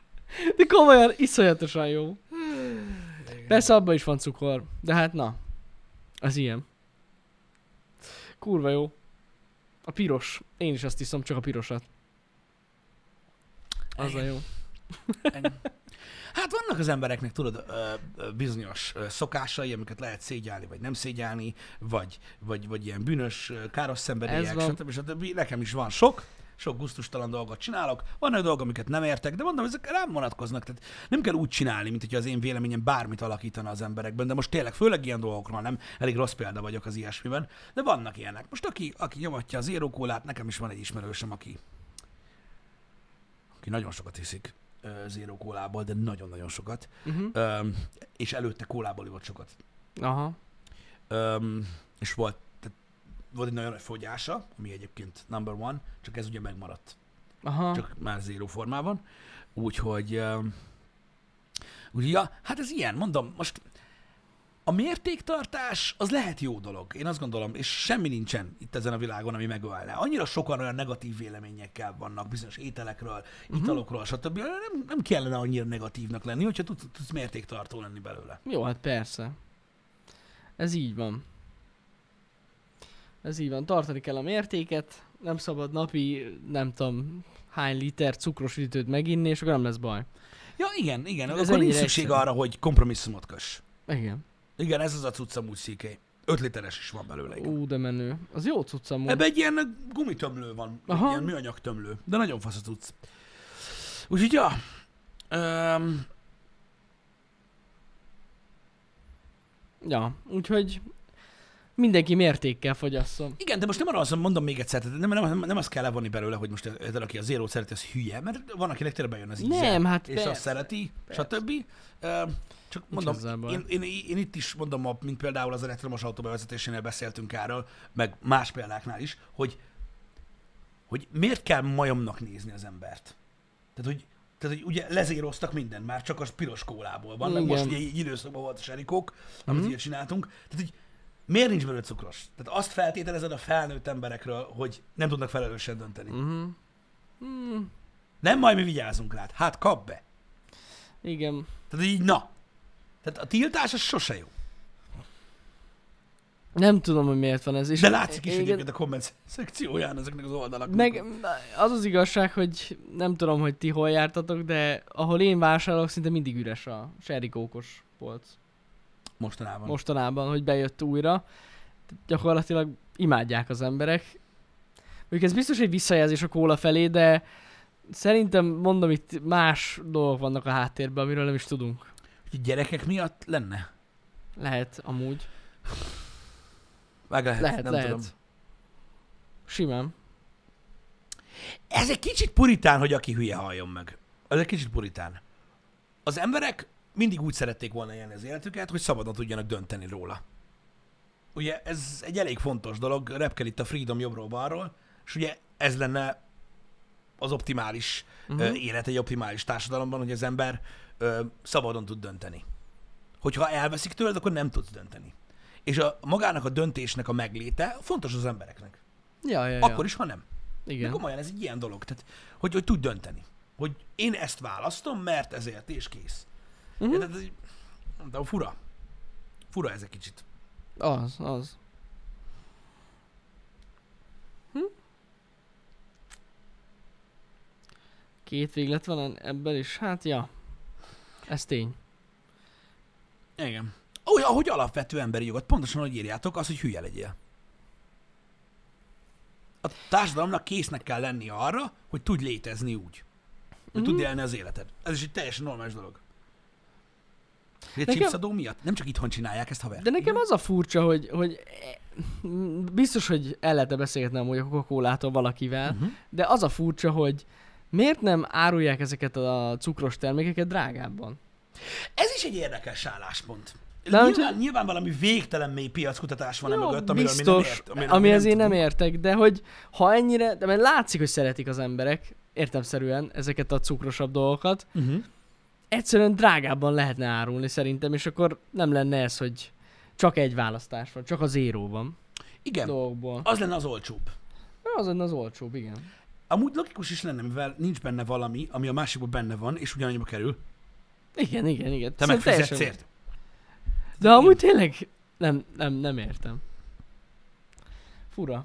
(laughs) De komolyan, iszonyatosan jó. Persze abban is van cukor, de hát na. Az ilyen. Kurva jó. A piros. Én is azt iszom, csak a pirosat. Az a jó. Ennyi. Hát vannak az embereknek, tudod, ö, ö, bizonyos ö, szokásai, amiket lehet szégyelni, vagy nem szégyelni, vagy, vagy, vagy ilyen bűnös, ö, káros Ez szenvedélyek, van. stb. stb. Nekem is van sok, sok guztustalan dolgot csinálok, vannak dolgok, amiket nem értek, de mondom, ezek rám vonatkoznak, tehát nem kell úgy csinálni, mint hogyha az én véleményem bármit alakítana az emberekben, de most tényleg főleg ilyen dolgokról nem, elég rossz példa vagyok az ilyesmiben, de vannak ilyenek. Most aki, aki nyomatja az érókólát, nekem is van egy ismerősöm, aki, aki nagyon sokat iszik ö, zero kólából, de nagyon-nagyon sokat. Uh-huh. Öm, és előtte kólából ivott sokat. Aha. Öm, és volt, tehát volt egy nagyon nagy fogyása, ami egyébként number one, csak ez ugye megmaradt, Aha. csak már zero formában. Úgyhogy, öm, úgyhogy ja, hát ez ilyen, mondom, most a mértéktartás az lehet jó dolog, én azt gondolom, és semmi nincsen itt ezen a világon, ami megölne. Annyira sokan olyan negatív véleményekkel vannak bizonyos ételekről, Mhm. uh-huh. italokról, stb. Nem, nem kellene annyira negatívnak lenni, hogyha tudsz, tudsz mértéktartó lenni belőle. Jó, hát persze. Ez így van. Ez így van. Tartani kell a mértéket. Nem szabad napi, nem tudom, hány liter cukros üdítőt meginni, és akkor nem lesz baj. Ja, igen, igen. Ez Ez akkor nincs ennyire szükség egyszerű. arra, hogy kompromisszumot kös. Igen. Igen, ez az a cucca úgy székely. Öt literes is van belőle. Igen. Ú, de menő. Az jó cucc amúgy. Ebben egy ilyen gumitömlő van, Aha. Aha. egy ilyen műanyag tömlő, de nagyon fasz a cucc. Úgyhogy, ja. Öm, Ja, úgyhogy mindenki mértékkel fogyasszon. igen, de most nem arra azt mondom még egyszer, tehát nem, nem, nem, nem azt kell levonni belőle, hogy most ez, aki a zérót szereti, az hülye, mert van, akinek tényleg bejön az íze. Nem, hát és persze. azt szereti, persze. stb. Öm, Csak mondom, ezzel baj. én, én, én, itt is mondom, a- mint például az elektromos autó bevezetésénél beszéltünk erről, meg más példáknál is, hogy, hogy miért kell majomnak nézni az embert. Tehát, hogy, tehát, hogy ugye lezéroztak minden, már csak az piros kólából van, meg Igen. most ugye egy időszakban volt a serikók, amit Mhm. mm-hmm. ugye csináltunk. Tehát, hogy miért nincs belőle cukros? Tehát azt feltételezed a felnőtt emberekről, hogy nem tudnak felelősen dönteni. Mm. Uh-huh. Mm, Nem majd mi vigyázunk rád. Hát kap be. igen. Tehát így na. Tehát a tiltás az sose jó. Nem tudom, hogy miért van ez. És De látszik is igen, egyébként a komment szekcióján ezeknek az oldalaknak. Meg az az igazság, hogy nem tudom, hogy ti hol jártatok, de ahol én vásárolok, szinte mindig üres a serikókos polc. Mostanában. Most. mostanában, hogy bejött újra. Gyakorlatilag imádják az emberek. Mondjuk ez biztos egy visszajelzés a kóla felé, de szerintem mondom, itt más dolgok vannak a háttérben, amiről nem is tudunk. Gyerekek miatt lenne? Lehet amúgy. Meg lehet, Lehet, Hát nem lehet. tudom. Simán. Ez egy kicsit puritán, hogy aki hülye halljon meg. Ez egy kicsit puritán. Az emberek mindig úgy szerették volna élni az életüket, hogy szabadon tudjanak dönteni róla. Ugye ez egy elég fontos dolog, repkel itt a freedom jobbról-balról, és ugye ez lenne az optimális Mhm. uh-huh. élet egy optimális társadalomban, hogy az ember ö, szabadon tud dönteni. Hogyha elveszik tőled, akkor nem tudsz dönteni. És a magának a döntésnek a megléte fontos az embereknek. Ja, ja, ja. Ja. Akkor is, ha nem. De Igen. komolyan, ez egy ilyen dolog, tehát, hogy, hogy tud dönteni. Hogy én ezt választom, mert ezért, és kész. Mhm. Uh-huh. De, de fura. Fura ez egy kicsit. Az, az. Hm? Két véglet van ebben is? Hát, ja. Ez tény. Igen. Úgy, ahogy alapvető emberi jogot, pontosan, hogy írjátok, az, hogy hülye legyél. A társadalomnak késznek kell lenni arra, hogy tudj létezni úgy. Hogy Mhm. tudj élni az életed. Ez is egy teljesen normális dolog. Ugye Nekem- nekem... chipszadó miatt? Nem csak itthon csinálják ezt, haver. De nekem az a furcsa, hogy, hogy mm, biztos, hogy el lehetne beszélgetni amúgy a Coca-Cola-tól valakivel, Mhm. uh-huh. de az a furcsa, hogy miért nem árulják ezeket a cukros termékeket drágábban? Ez is egy érdekes álláspont. De De hogy- nyilván, nyilván valami végtelen mély piackutatás van Jó, emögött, amiről mi nem biztos, ért, amiről amihez mi én nem tudunk. értek, de hogy ha ennyire, de mert látszik, hogy szeretik az emberek, értemszerűen ezeket a cukrosabb dolgokat, Uh-huh. egyszerűen drágábban lehetne árulni szerintem, és akkor nem lenne ez, hogy csak egy választás van, csak az éró van Igen, dolgokból. az lenne az olcsóbb. Az lenne az olcsóbb, igen. Amúgy logikus is lenne, mivel nincs benne valami, ami a másikban benne van, és ugyanannyiba kerül. Igen, igen, igen. Te Szerintem megfizetsz teljesen- ért. De amúgy tényleg nem, nem, nem értem. Fura.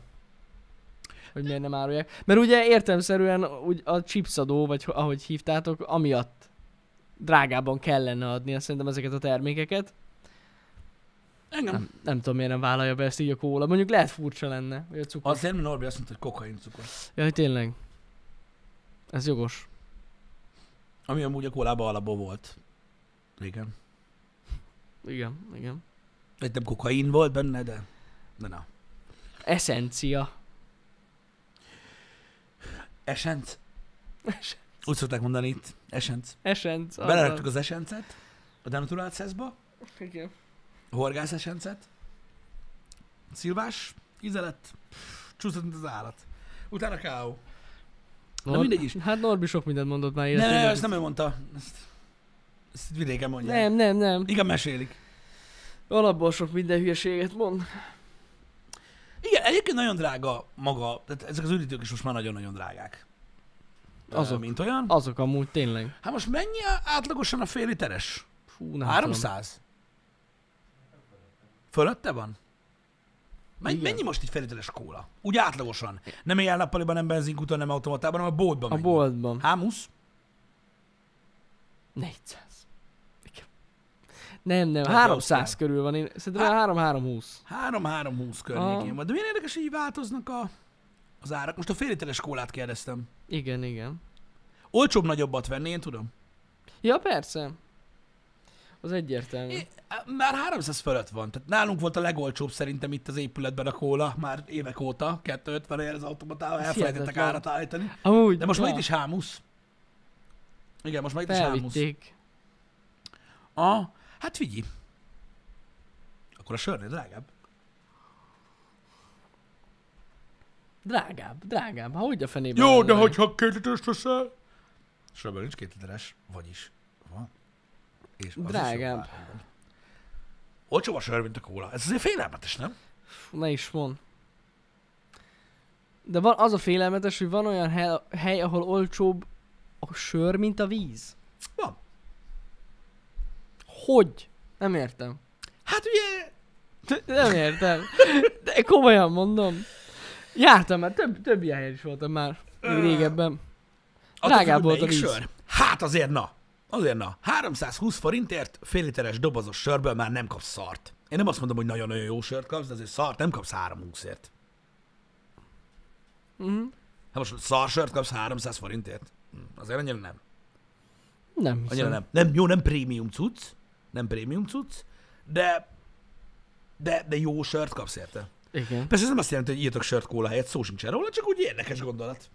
Hogy miért nem árulják. Mert ugye értemszerűen úgy a chipsadó, vagy ho- ahogy hívtátok, amiatt drágában kellene adni azt szerintem ezeket a termékeket. Engem. Nem, nem tudom, miért nem vállalja be ezt így a kóla. Mondjuk lehet furcsa lenne, hogy a cukor. Az... Azért, mert Norbi azt mondta, hogy kokain cukor. Jaj, tényleg. Ez jogos. Ami amúgy a kólában alapból volt. Régen. Igen, igen. Vagy nem kokain volt benne, de... De na. Essencia. Esenc. Úgy szokták mondani itt. Esenc. Essenc. az Beleraktuk az. az esencet a denaturált szeszba, Igen. horgász esencet, szilvás, ízelet, csúszott, mint az állat. Utána K.O. Na Nor- mindegy is. Hát Norbi sok mindent mondott már Nem, életében. nem, ezt nem ő mondta. Ezt, ezt itt vidéken mondják. nem, nem, nem. Igen, mesélik. Alapból sok minden hülyeséget mond. Igen, egyébként nagyon drága maga, tehát ezek az üdítők is most már nagyon-nagyon drágák. Ö, Azok. Mint olyan. Azok amúgy tényleg. Hát most mennyi a- átlagosan a fél literes? Fú, nem 300? Fölötte van? Mennyi, Igen. mennyi most egy fél literes kóla? Úgy átlagosan. Nem ilyen nappaliban, nem benzinkúton, nem automatában, hanem a boltban tudom. A mennyi? boltban. Hámusz? 400. Igen. Nem, nem, Hát 300 Ausztrál. körül van. Én szerintem 3-3-20. 3-3-20 környékén van. De milyen érdekes, hogy így változnak a, az árak. Most a fél literes kólát kérdeztem. Igen, igen. Olcsóbb nagyobbat venni, én tudom. Ja, persze. Az egyértelmű. É, már 300 fölött van. Tehát nálunk volt a legolcsóbb szerintem itt az épületben a kóla, már évek óta, 250 ér az automatával, Ez elfelejtettek hihetetlen. árat állítani. Amúgy, De most már ja, itt is hámusz. Igen, most már itt is hámusz. felvitték. Ah, hát figyelj. Akkor a sörnél drágább. Drágább, drágább. Ha úgy a fenében. Jó, de lenne. hogyha két literes veszel. Sörben nincs két literes, vagyis van. És az is Drágább. jó árban. Olcsóbb a sör, mint a kóla. Ez azért félelmetes, nem? Fú, Ne is mond. De van az a félelmetes, hogy van olyan hely, hely ahol olcsóbb a sör, mint a víz. Van. Hogy? Nem értem. Hát ugye T- Nem értem. De komolyan mondom. Jártam már, több, több ilyen helyen is voltam már. Még régebben. Attól Drágább függ, hogy volt a melyik víz. Sör? Hát azért na. Azért na. 320 forintért fél literes dobozos sörből már nem kapsz szart. Én nem azt mondom, hogy nagyon-nagyon jó sört kapsz, de azért szart nem kapsz 320-ért. Mhm. Hát most szar sört kapsz 300 forintért? Hm, Azért annyira nem. Nem hiszem. Annyira nem. nem. Jó, nem prémium cucc, nem prémium cucc, de, de, de jó sört kapsz érte. Igen. Persze ez nem azt jelenti, hogy írtok sört kóla helyett, szó sincs róla, csak úgy érdekes gondolat.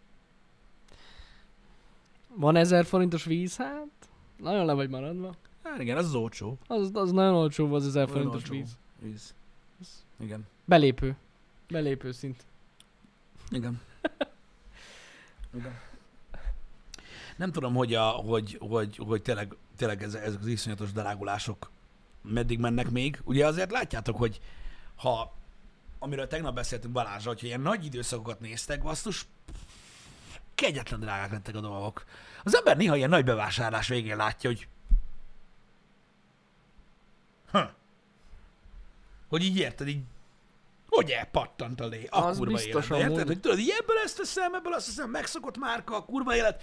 Van ezer forintos víz, hát? Nagyon le vagy maradva. Hát igen, az az olcsó. Az, az nagyon olcsó az ezer Nagyon forintos olcsó. víz. Víz. Igen. Belépő. Belépő szint. Igen. Igen. Nem tudom, hogy, a, hogy, hogy, hogy tényleg, tényleg ez, ezek az iszonyatos drágulások meddig mennek még. Ugye azért látjátok, hogy ha, amiről tegnap beszéltünk Balázsra, hogyha ilyen nagy időszakokat néztek, basszus, kegyetlen drágák lettek a dolgok. Az ember néha ilyen nagy bevásárlás végén látja, hogy ha. Hogy így érted, így hogy elpattant a lé, a Az kurva biztos életbe, érted? amúgy. Hogy tudod, így ebből ezt veszem, ebből azt veszem, megszokott márka, a kurva élet.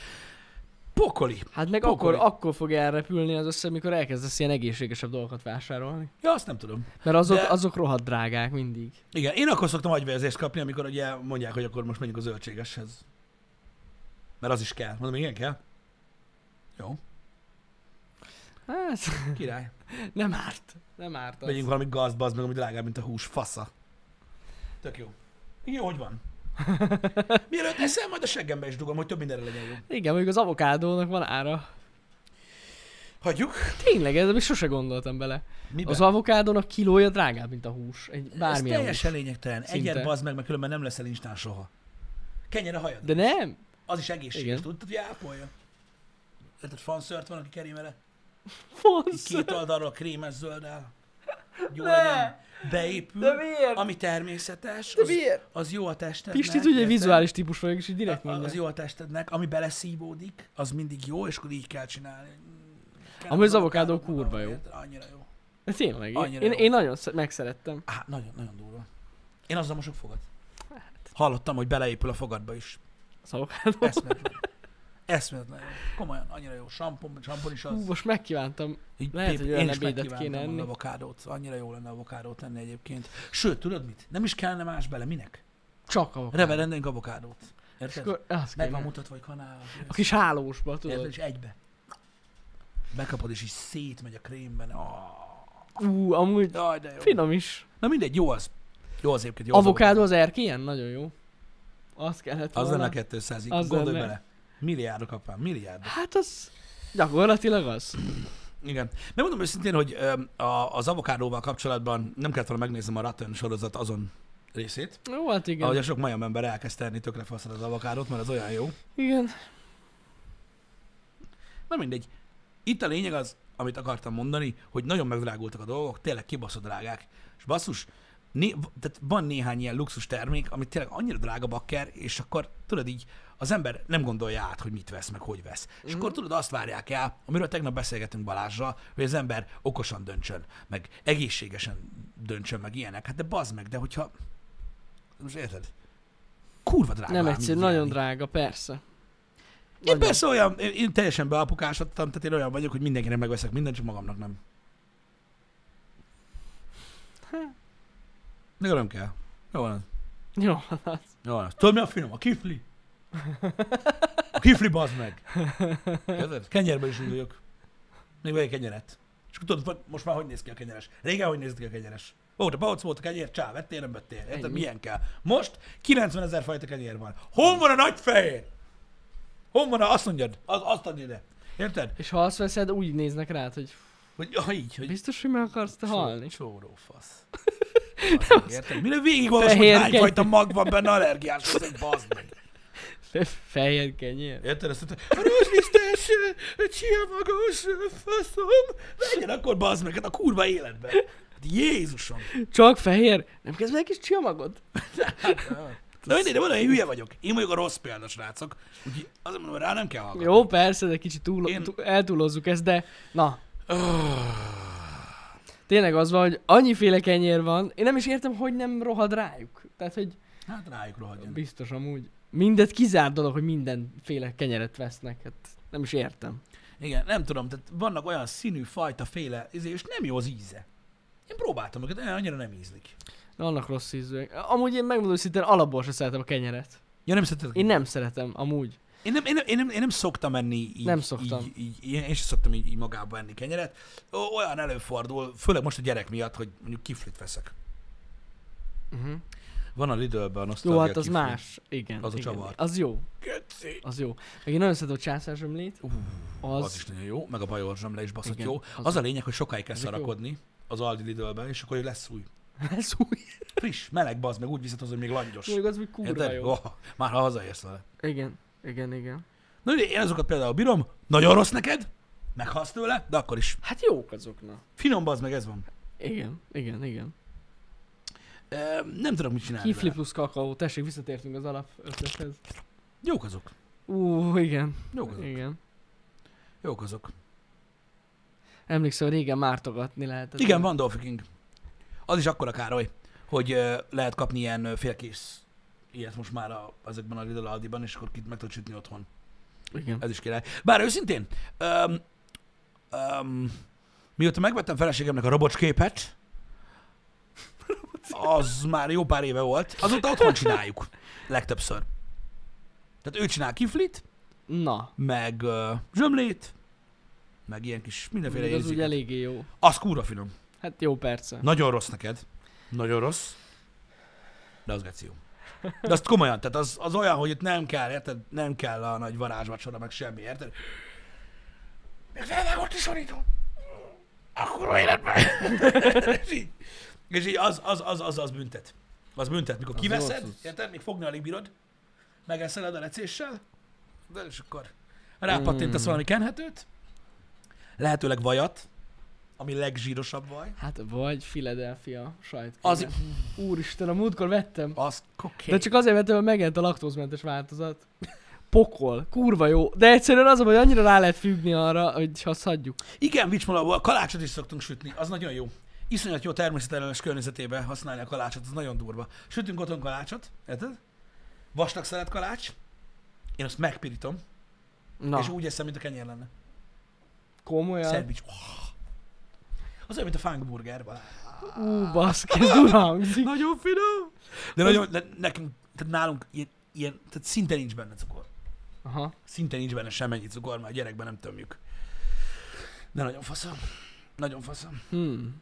Pokoli. Hát meg Pokoli. akkor, akkor fog elrepülni az össze, mikor elkezdesz ilyen egészségesebb dolgokat vásárolni. Ja, azt nem tudom. Mert azok, De- De... azok rohadt drágák mindig. Igen, én akkor szoktam agyvérzést kapni, amikor ugye mondják, hogy akkor most menjünk a zöldségeshez. Mert az is kell. Mondom, igen, kell. Jó, Hát, (laughs) király. nem árt. Nem árt az. Megyünk valami gazdba, az meg, ami drágább, mint a hús. Fasza. Tök jó. Igen, hogy (laughs) van? Mielőtt eszem, majd a seggembe is dugom, hogy több mindenre legyen jó. Igen, mondjuk az avokádónak van ára. Hagyjuk. Tényleg, ezzel még sose gondoltam bele. Miben? Az avokádónak kilója drágább, mint a hús. Egy Ez bármilyen teljesen hús. lényegtelen. Szinte. Egyet bazd meg, mert különben nem leszel instán soha. Kenjen a hajad. De nem? Az is egészséges, Igen. tudod, hogy ápolja. Érted, fanszört van, aki keri vele. Így Fasz. két oldalról krémes zölddel. Jó Ne! legyen. Beépül. De miért? Ami természetes, De az, miért? az jó a testednek. Pistit ugye érted? vizuális típus vagyok, és így direkt A- a- mondja. Az jó a testednek, ami beleszívódik, az mindig jó, és akkor így kell csinálni. Kell Amúgy az avokádó avokádónak, kurva jó. érted? Annyira jó. De Tényleg, én, Annyira én, jó. én nagyon sze- megszerettem. Á, nagyon, nagyon durva. Én azzal mosok fogad. Hallottam, hogy beleépül a fogadba is. Az avokádó. (laughs) Eszméletlen. Eszméletlen jó. Komolyan, annyira jó. Sampon, sampon is Hú, az. most megkívántam. Így lehet, pép- hogy én olyan is ebédet megkívántam kéne volna enni. avokádót. szóval Annyira jó lenne avokádót enni egyébként. Sőt, tudod mit? Nem is kellene más bele. Minek? Csak avokádó. Reverendenk avokádót. És Érted? akkor azt Meg van kéne. mutatva, hogy kanál. A kis hálósba, Érted? tudod. És egybe. Bekapod, és így szétmegy a krémben. Ah, Ú, amúgy jaj, de jó. finom is. Na mindegy, jó az. Jó az egyébként. Jó az Avokádó az erkélyen? Nagyon jó. Az kellett Az volna. lenne 200 Az gondolj lenne. bele. Milliárdok, apám, milliárdok. Hát az gyakorlatilag az. Igen. Megmondom őszintén, hogy öm, a, az avokádóval kapcsolatban nem kellett volna megnéznem a Ratten sorozat azon részét. Jó, hát igen. Igen. Ahogy a sok majom ember elkezdte enni tökre faszra az avokádót, mert az olyan jó. Igen. Na mindegy. Itt a lényeg az, amit akartam mondani, hogy nagyon megdrágultak a dolgok, tényleg kibaszott drágák. És basszus, né- v- tehát van néhány ilyen luxus termék, amit tényleg annyira drága bakker, és akkor tudod így, az ember nem gondolja át, hogy mit vesz, meg hogy vesz. És Mhm. akkor tudod, azt várják el, amiről tegnap beszélgetünk Balázsra, hogy az ember okosan döntsön, meg egészségesen döntsön, meg ilyenek. Hát de bazd meg, de hogyha... Most érted? Kurva drága. Nem ám egyszerű, így nagyon élni. drága, persze. Én Nagyon. persze olyan, én, én teljesen beapukásodtam, tehát én olyan vagyok, hogy mindenkinek megveszek mindent, csak magamnak nem. Nekem nem kell. Jó van az. Jó, hát. Jó van az. Tudod mi a finom? A kifli. A kifli bazd meg. Érted? Kenyérbe is úgy vagyok. Még vegyek kenyeret. És akkor tudod, vagy- most már hogy néz ki a kenyeres? Régen hogy nézett ki a kenyeres? Volt a pac, volt a kenyér, csá, vettél, nem vettél. Érted? Ennyi. Milyen kell? Most 90 ezer fajta kenyér van. Hol van a nagy fehér? Hol van a, azt mondjad, az, azt adj ide. Érted? És ha azt veszed, úgy néznek rád, hogy Hogy, ha így, hogy biztos, hogy meg akarsz te Csó- halni. Csóró (laughs) fasz. Bazd meg, Érted? Mire végigolvasom, hogy Fehér hány keny- fajta mag van benne allergiás, az egy bazd meg. Fe- Fehér kenyér. Érted? Azt mondta, a rózslisztes, ö, csiamagos ö, faszom, legyen akkor bazd meg, hát a kurva életben. Hát Jézusom. Csak fehér? Nem kezd meg egy kis csiamagot? Na mindegy, de mondom, én hülye vagyok. Én vagyok a rossz példa, srácok. Úgyhogy azért mondom, rá nem kell hallgatni. Jó, persze, de kicsit túl, Én- túl, eltúlozzuk ezt, de na. tényleg az van, hogy annyiféle kenyér van, én nem is értem, hogy nem rohad rájuk. Tehát, hogy Hát rájuk rohadjon. biztos amúgy. Mindet kizár dolog, hogy mindenféle kenyeret vesznek. Hát nem is értem. Igen, nem tudom, tehát vannak olyan színű, fajta, féle, izé, és nem jó az íze. Én próbáltam őket, de annyira nem ízlik. De annak rossz ízűek. Amúgy én megmondom, hogy szinte alapból sem szeretem a kenyeret. Ja, nem szereted? Én nem szeretem, amúgy. Én nem, én nem, én nem, én nem szoktam menni így. Nem szoktam. Így, így, én, én sem szoktam így, így magába enni kenyeret. O- Olyan előfordul, főleg most a gyerek miatt, hogy mondjuk kiflit veszek. Uh-huh. Van a Lidl-ben a Jó, hát az más. Igen. Az a igen. csavar. Az jó, Köci. az jó. Meg én nagyon szeretem a császárzsömlét. Ú, Az, Az... az is nagyon jó, meg a bajor le is baszott Igen, jó. az- Az, a lényeg, hogy sokáig kell ezek jó. szarakodni az Aldi Lidl-ben, és akkor lesz új. (laughs) Ez új. Friss, meleg, bazd meg, úgy viszont az, hogy még langyos. Mondjuk az úgy kurva Érted? jó. Oh, már ha hazaérsz vele. Igen, igen, igen. Na ugye, én azokat például bírom, nagyon rossz neked, meghalsz tőle, de akkor is. Hát jók azok, na. Finom bazd meg, ez van. Igen, igen, igen. Ö, nem tudok mit csinálni. Kifli vele. plusz kakaó, tessék, visszatértünk az alap ötlethez. Jók azok. Ú, igen, Jók azok. igen. Jók azok. Emlékszem, régen mártogatni lehetett. Igen, van Dolphy King. Az is akkora Károly, hogy ö, lehet kapni ilyen ö, félkész ilyet most már a, ezekben a Lidl Aldiban, és akkor kit meg tudod sütni otthon. Igen. Ez is király. Bár őszintén, öm, öm, mióta megvettem feleségemnek a robocsképet, az már jó pár éve volt, azóta otthon csináljuk legtöbbször. Tehát ő csinál kiflit, Na, meg ö, zsömlét, meg ilyen kis mindenféle Féle az úgy érzik. eléggé jó. Az kúra finom. Hát jó perce. Nagyon rossz neked. Nagyon rossz. De az geci jó. De azt komolyan, tehát az, az olyan, hogy itt nem kell, érted? Nem kell a nagy varázsvacsora, meg semmi, érted? Még felvágott is van itt. Akkor életben. (laughs) és így, és így az, az, az, az, az büntet. Az büntet, mikor Az kiveszed, rossz, az- érted? Még fogni alig bírod, megeszeled a lecéssel, de és akkor rápattintasz Mm. valami kenhetőt, lehetőleg vajat, ami legzsírosabb vaj. Hát vagy Philadelphia sajt. Az- Úristen, a múltkor vettem. Az kokain. De csak azért vettem, mert megjelent a laktózmentes változat. Pokol, kurva jó. De egyszerűen az, a baj, hogy annyira rá lehet függni arra, hogy azt hagyjuk. Igen, vicsmolaból kalácsot is szoktunk sütni, az nagyon jó. Iszonyat jó természetellenes környezetében használni a kalácsot, az nagyon durva. Sütünk otthon kalácsot, érted? Vastag szelet kalács, én azt megpirítom, Na, és úgy eszem, mint a kenyér lenne. Ja. komolyan. Szendvics. Oh. Az olyan, mint a fangburger. Balázs. Ú, baszki, ez durhangzik. Nagyon finom. De nagyon, de nekünk, tehát nálunk ilyen, ilyen, tehát szinte nincs benne cukor. Aha. Szinte nincs benne semmennyi cukor, mert a gyerekben nem tömjük. De nagyon faszom. Nagyon faszom. Hmm.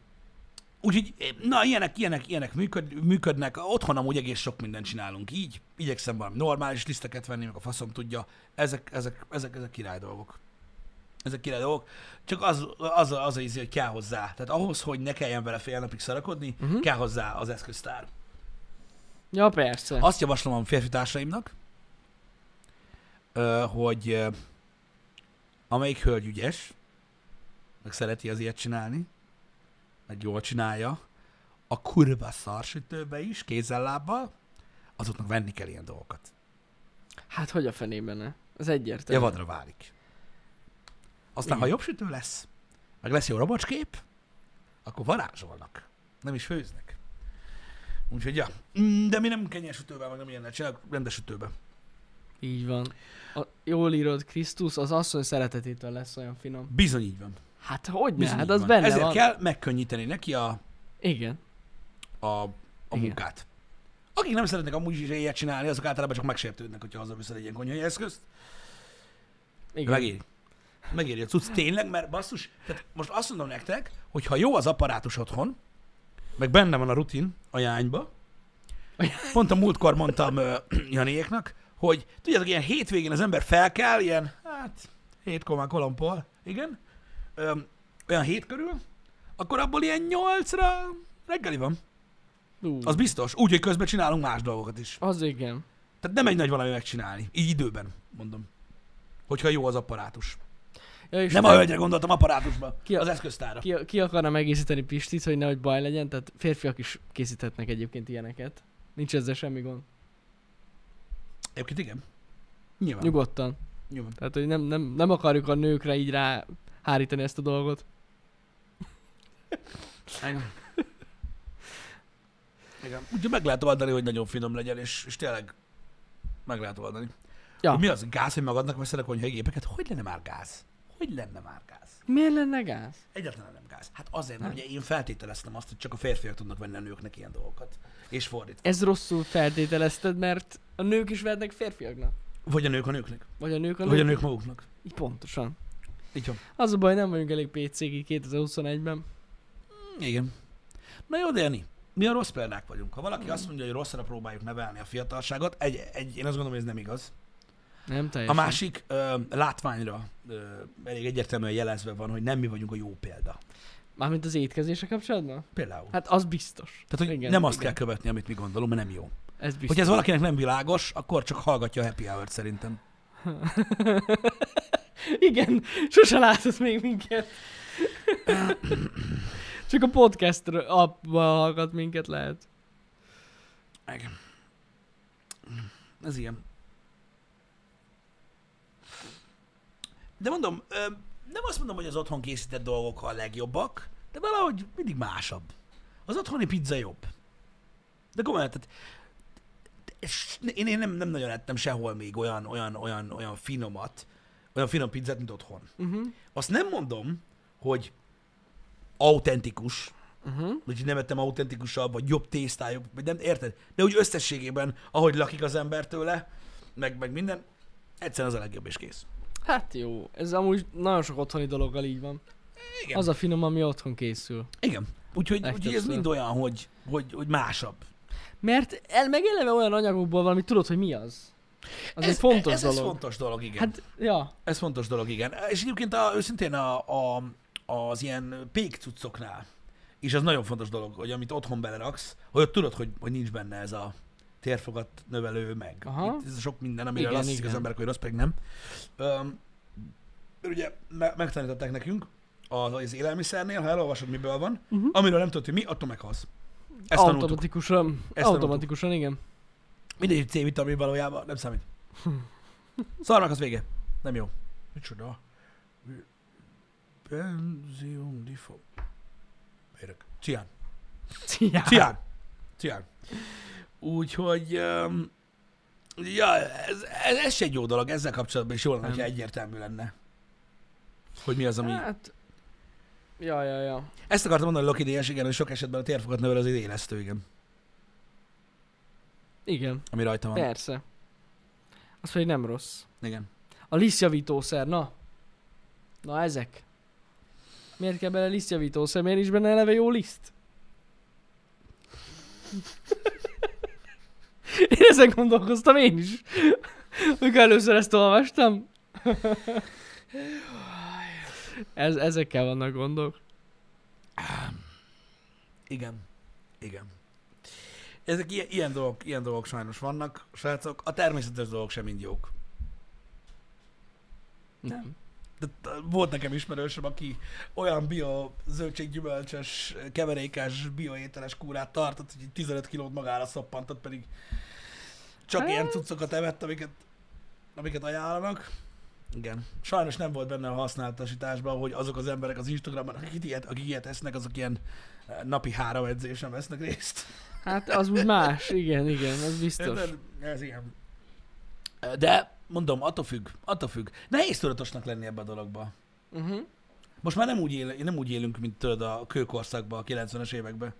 Úgyhogy, eh, na, ilyenek, ilyenek, ilyenek működ, működnek. Otthon amúgy egész sok mindent csinálunk így. Igyekszem valami normális liszteket venni, meg a faszom tudja. Ezek, ezek, ezek, ezek király dolgok. Ezek király dolgok. Csak az az, a- az, az, hogy kell hozzá. Tehát ahhoz, hogy ne kelljen vele fél napig szarakodni, Mhm. uh-huh. kell hozzá az eszköztár. Ja, persze. Azt javaslom a férfi társaimnak, ö, hogy ö, amelyik hölgy ügyes, meg szereti az ilyet csinálni, meg jól csinálja, a kurva szarsütőbe is, kézzel-lábbal, azoknak venni kell ilyen dolgokat. Hát hogy a fenében ne? Ez egyértelmű. Javadra válik. Aztán, Igen. ha jobb sütő lesz, meg lesz jó robocskép, akkor varázsolnak. Nem is főznek. Úgyhogy, ja. Mm, De mi nem kenyés sütőben, meg nem ilyennel csinálok, rendes sütőben. Így van. A, jól írod, Krisztus, az asszony szeretetétől lesz olyan finom. Bizony így van. Hát hogy ne? Bizony Hát így az van. benne Ezért van. kell megkönnyíteni neki a, Igen. a, a Igen. munkát. Akik nem szeretnek amúgy is ilyet csinálni, azok általában csak megsértődnek, hogyha hazaviszel egy ilyen konyhai eszközt. Igen. Megéri. Megéri a cucc tényleg, mert basszus, tehát most azt mondom nektek, hogy ha jó az apparátus otthon, meg benne van a rutin a jányba, A jány- pont a múltkor mondtam ö, (clears throat) Janiéknak, hogy tudjátok, ilyen hétvégén az ember felkel, ilyen, hát, hétkor már kolompol, igen, ö, olyan hét körül, akkor abból ilyen nyolcra reggeli van. Ú, Az biztos. Úgy, hogy közben csinálunk más dolgokat is. az igen. Tehát nem egy nagy valami megcsinálni. Így időben, mondom. Hogyha jó az apparátus. Ja, és Nem te- a hölgyre gondoltam, apparátusba. Ki a- Az eszköztára. ki, ki akarna egészíteni Pistit, hogy nehogy baj legyen, tehát férfiak is készíthetnek egyébként ilyeneket. Nincs ezzel semmi gond. Egyébként igen. Nyilván. Nyugod. Nyugodtan. Nyilván. Tehát, hogy nem, nem, nem akarjuk a nőkre így rá hárítani ezt a dolgot. Igen. Igen. Ugye meg lehet oldani, hogy nagyon finom legyen, és, és tényleg meg lehet oldani. Ja. Ja. Mi az gáz, hogy magadnak veszel a konyhai gépeket? Hogy lenne már gáz? Hogy lenne már gáz? Miért lenne gáz? Egyáltalán nem gáz. Hát azért, mert ugye én feltételeztem azt, hogy csak a férfiak tudnak venni a nőknek ilyen dolgokat. És fordítva. Ez rosszul feltételezted, mert a nők is vernek férfiaknak. Vagy a nők a nőknek. Vagy a nők a Vagy a nők maguknak. Így Pontosan. Így van. Az a baj, nem vagyunk elég PC-k így 2021-ben. Igen. Na jó, Déni, mi a rossz példák vagyunk. Ha valaki azt mondja, hogy rosszra próbáljuk nevelni a fiatalságot, egy, egy, én azt gondolom, hogy ez nem igaz. Nem A teljesen. másik ö, látványra ö, elég egyértelműen jelezve van, hogy nem mi vagyunk a jó példa. Mármint az étkezése kapcsolatban? Például. Hát, Hát az biztos. Tehát, hogy igen, igen, nem azt igen. kell követni, amit mi gondolunk, mert nem jó. Ez biztos. Hogy ez valakinek nem világos, akkor csak hallgatja a happy hour szerintem. (laughs) Igen, sose látott még minket. Csak a podcast appba hallgat minket lehet. Igen. Ez ilyen. De mondom, ö, nem azt mondom, hogy az otthon készített dolgok a legjobbak, de valahogy mindig másabb. Az otthoni pizza jobb. De komolyan, tehát és én, én nem, nem nagyon ettem sehol még olyan, olyan, olyan, olyan finomat, olyan finom pizzát, mint otthon. Uh-huh. Azt nem mondom, hogy autentikus, Uh-huh. vagy nem ettem autentikusabb, vagy jobb tésztájuk, vagy nem, érted? De úgy összességében, ahogy lakik az ember tőle, meg, meg minden, egyszerűen az a legjobb és kész. Hát jó, ez amúgy nagyon sok otthoni dologgal így van. Igen. Az a finom, ami otthon készül. Igen. Úgyhogy, Legtöbbször. úgyhogy ez mind olyan, hogy, hogy, hogy másabb. Mert el, meg eleve olyan anyagokból valami, tudod, hogy mi az. Az ez, egy fontos ez, dolog. Ez fontos dolog, igen. Hát... Hát, ja. Ez fontos dolog, igen. És egyébként a, őszintén a, a, az ilyen pék cuccoknál is az nagyon fontos dolog, hogy amit otthon beleraksz, hogy ott tudod, hogy, hogy nincs benne ez a térfogat növelő, meg Aha. itt ez a sok minden, amiről Igen, azt hiszik az igen. emberek, hogy rossz, pedig nem. Öm, mert ugye me- megtanították nekünk az, az élelmiszernél, ha elolvasod, miből van, Uh-huh. amiről nem tudod, hogy mi, attól meghalsz. Ezt tanultuk. Automatikusan. Ezt automatikusan, igen. (laughs) Mindegy, hogy C-vitamin valójában nem számít. Szarnak az vége. Nem jó. Micsoda? Benzium difo. Érök. Cian. Szia. Cian. Cian. Úgyhogy... Um, ja, ez, ez, ez se egy jó dolog ezzel kapcsolatban, is jól lenne, Nem. hogyha egyértelmű lenne. Hogy mi az, ami... Hát... Ja, ja, ja. Ezt akartam mondani, Loki DS, igen, hogy sok esetben a térfogat növel az élesztő, igen, Igen, ami rajta van. persze. Az pedig nem rossz. Igen. A lisztjavítószer, na. Na ezek. Miért kell bele lisztjavítószer? Miért is benne eleve jó liszt? (laughs) Én ezen gondolkoztam én is. Mikor először ezt olvastam. (laughs) Ez, ezekkel vannak gondok. Igen. Igen. Ezek ilyen, ilyen, dolgok, ilyen dolgok sajnos vannak, srácok. A természetes dolgok sem mind jók. Nem. De t- volt nekem ismerősöm, aki olyan bio zöldséggyümölcsös, keverékes, bioételes kúrát tartott, hogy így 15 kilót magára szoppantott, pedig csak Hát. ilyen cuccokat evett, amiket, amiket ajánlanak. Igen. Sajnos nem volt benne a használatosításban, hogy azok az emberek az Instagramon, akik ilyet, akik ilyet esznek, azok ilyen eh, napi három edzésen vesznek részt. Hát az úgy más, igen, igen, az biztos. Érted? Ez ilyen. De mondom, attól függ, attól függ. Nehéz tudatosnak lenni ebbe a dologba. Uh-huh. Most már nem úgy, él, nem úgy élünk, mint tudod a kőkorszakban, a 90-es években,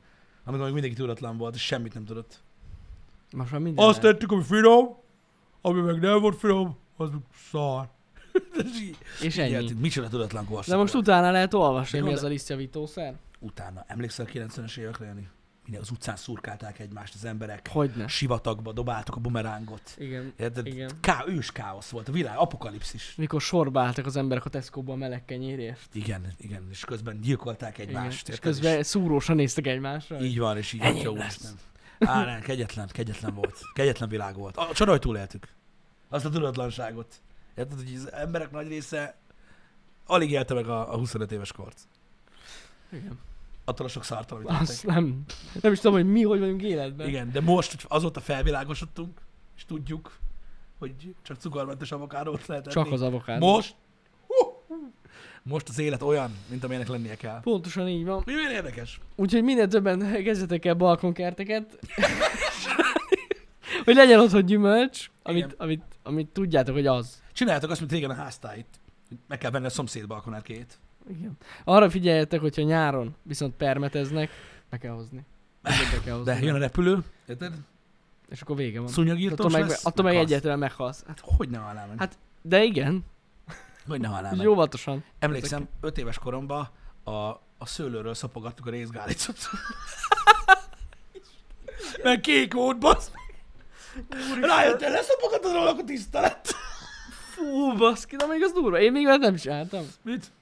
amikor még mindenki tudatlan volt, és semmit nem tudott. Most már minden. Igen. Azt tettük, ami finom, ami meg nem volt finom, az meg szar. De ez így- És így ennyi. éltünk. Micsoda tudatlan korszak De most volt. utána lehet olvasni, De mi gond- az a lisztjavítószer? Utána, emlékszel a 90-es évekre, Jani? Minden az utcán szurkálták egymást az emberek, Hogyne. sivatagba dobáltak a bumerángot. Igen. Érted? Igen. Ká- ős káosz volt, a világ, apokalipszis. Mikor sorba álltak az emberek a Tesco-ba a meleg kenyérért. Igen, igen, és közben gyilkolták Igen. egymást. És érted? közben szúrósan néztek egymásra. Így van, és így Enyém atya lesz. úristen. Á, nem, kegyetlen, kegyetlen volt. Kegyetlen világ volt. A csoda, hogy túléltük. Azt a tudatlanságot. Érted, hogy az emberek nagy része alig élte meg a, a 25 éves kort. Igen. Attól a sok szartal, amit Azt tettek. nem, nem is tudom, hogy mi hogy vagyunk életben. Igen, de most, hogy azóta felvilágosodtunk, és tudjuk, hogy csak cukormentes avokádót lehet Csak enni. az avokádó. Most? Hú, hú. Most az élet olyan, mint amilyenek lennie kell. Pontosan így van. Mi milyen érdekes? Úgyhogy minél többen kezdjetek el (laughs) balkonkerteket. hogy legyen otthon gyümölcs, amit, Igen. amit, amit tudjátok, hogy az. Csináljátok azt, mint régen a háztáit. hogy Meg kell venni a szomszéd balkonárkét. Igen. Arra figyeljetek, hogyha nyáron viszont permeteznek, be kell hozni. Mindent Be kell hozni. De jön a repülő, érted? És akkor vége van. Attól Szúnyogírtós meg, Szóval lesz. attól meg meghalsz. egyetlen meghalsz. Hát, Hogy ne halnám meg. Hát- De igen, Hogy ne halnám úgy meg. óvatosan. Emlékszem, öt éves koromban a, a szőlőről szapogattuk a részgálicot. Mert kék volt, basz. Rájöttél, leszapogatod róla, akkor tiszta lett. Fú, baszki, de még az durva. Én még olyat nem csináltam. Mit?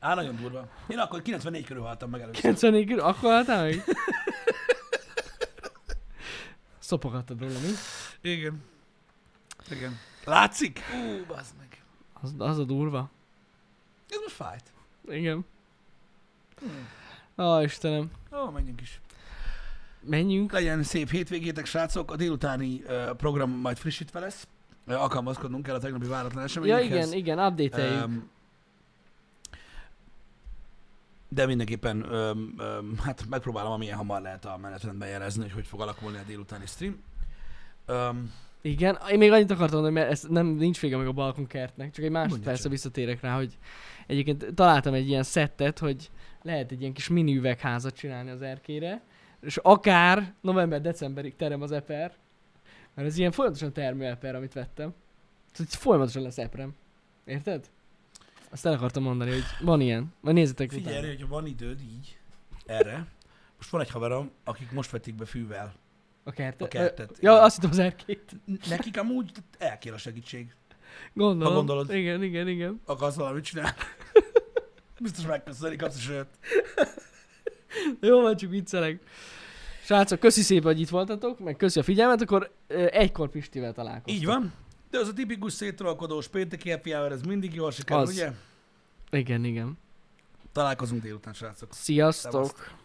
Á, nagyon durva. Én akkor 94 körül haltam meg először. 94 körül, akkor haltál (laughs) meg? Szopogattad róla, mi? Igen. Igen. Látszik? Ú, bazd meg. Az, az a durva. Ez most fájt. Igen. Hm. Á, Istenem. Ó, menjünk is. Menjünk. Legyen szép hétvégétek, srácok. A délutáni uh, program majd frissítve lesz. Ö, Alkalmazkodnunk kell a tegnapi váratlan Ja, eseményekhez. igen, igen, update Öm, de mindenképpen öm, öm, hát megpróbálom, amilyen hamar lehet a menetrendben jelezni, hogy hogy fog alakulni a délutáni stream. Öm, Igen, én még annyit akartam mondani, mert ez nem, nincs vége meg a balkonkertnek, csak egy Mondja másodpercre csak. visszatérek rá, hogy egyébként találtam egy ilyen szettet, hogy lehet egy ilyen kis mini üvegházat csinálni az erkére, és akár november-decemberig terem az eper, mert ez ilyen folyamatosan termő eper, amit vettem. Tehát folyamatosan lesz eprem. Érted? Azt el akartam mondani, hogy van ilyen. Majd nézzetek figyelj, utána. hogyha van időd így erre, most van egy haverom, akik most vették be fűvel A kertet. a kertet. Ja, azt hittem az erkét. Nekik amúgy el kell a segítség. Gondolom. Ha gondolod. Igen, igen, igen. Akarsz valamit (laughs) csinálni? Biztos megköszönik, kapsz a sört. Jó van, csak viccelek. Srácok, köszi szépen, hogy itt voltatok, meg köszi a figyelmet, akkor ö, egykor Pistivel találkozunk. Így van. De az a tipikus szétralkodós pénteki happy hour, ez mindig jól sikerül, Az. ugye? Igen, igen. Találkozunk délután, srácok. Sziasztok! Szevasztok.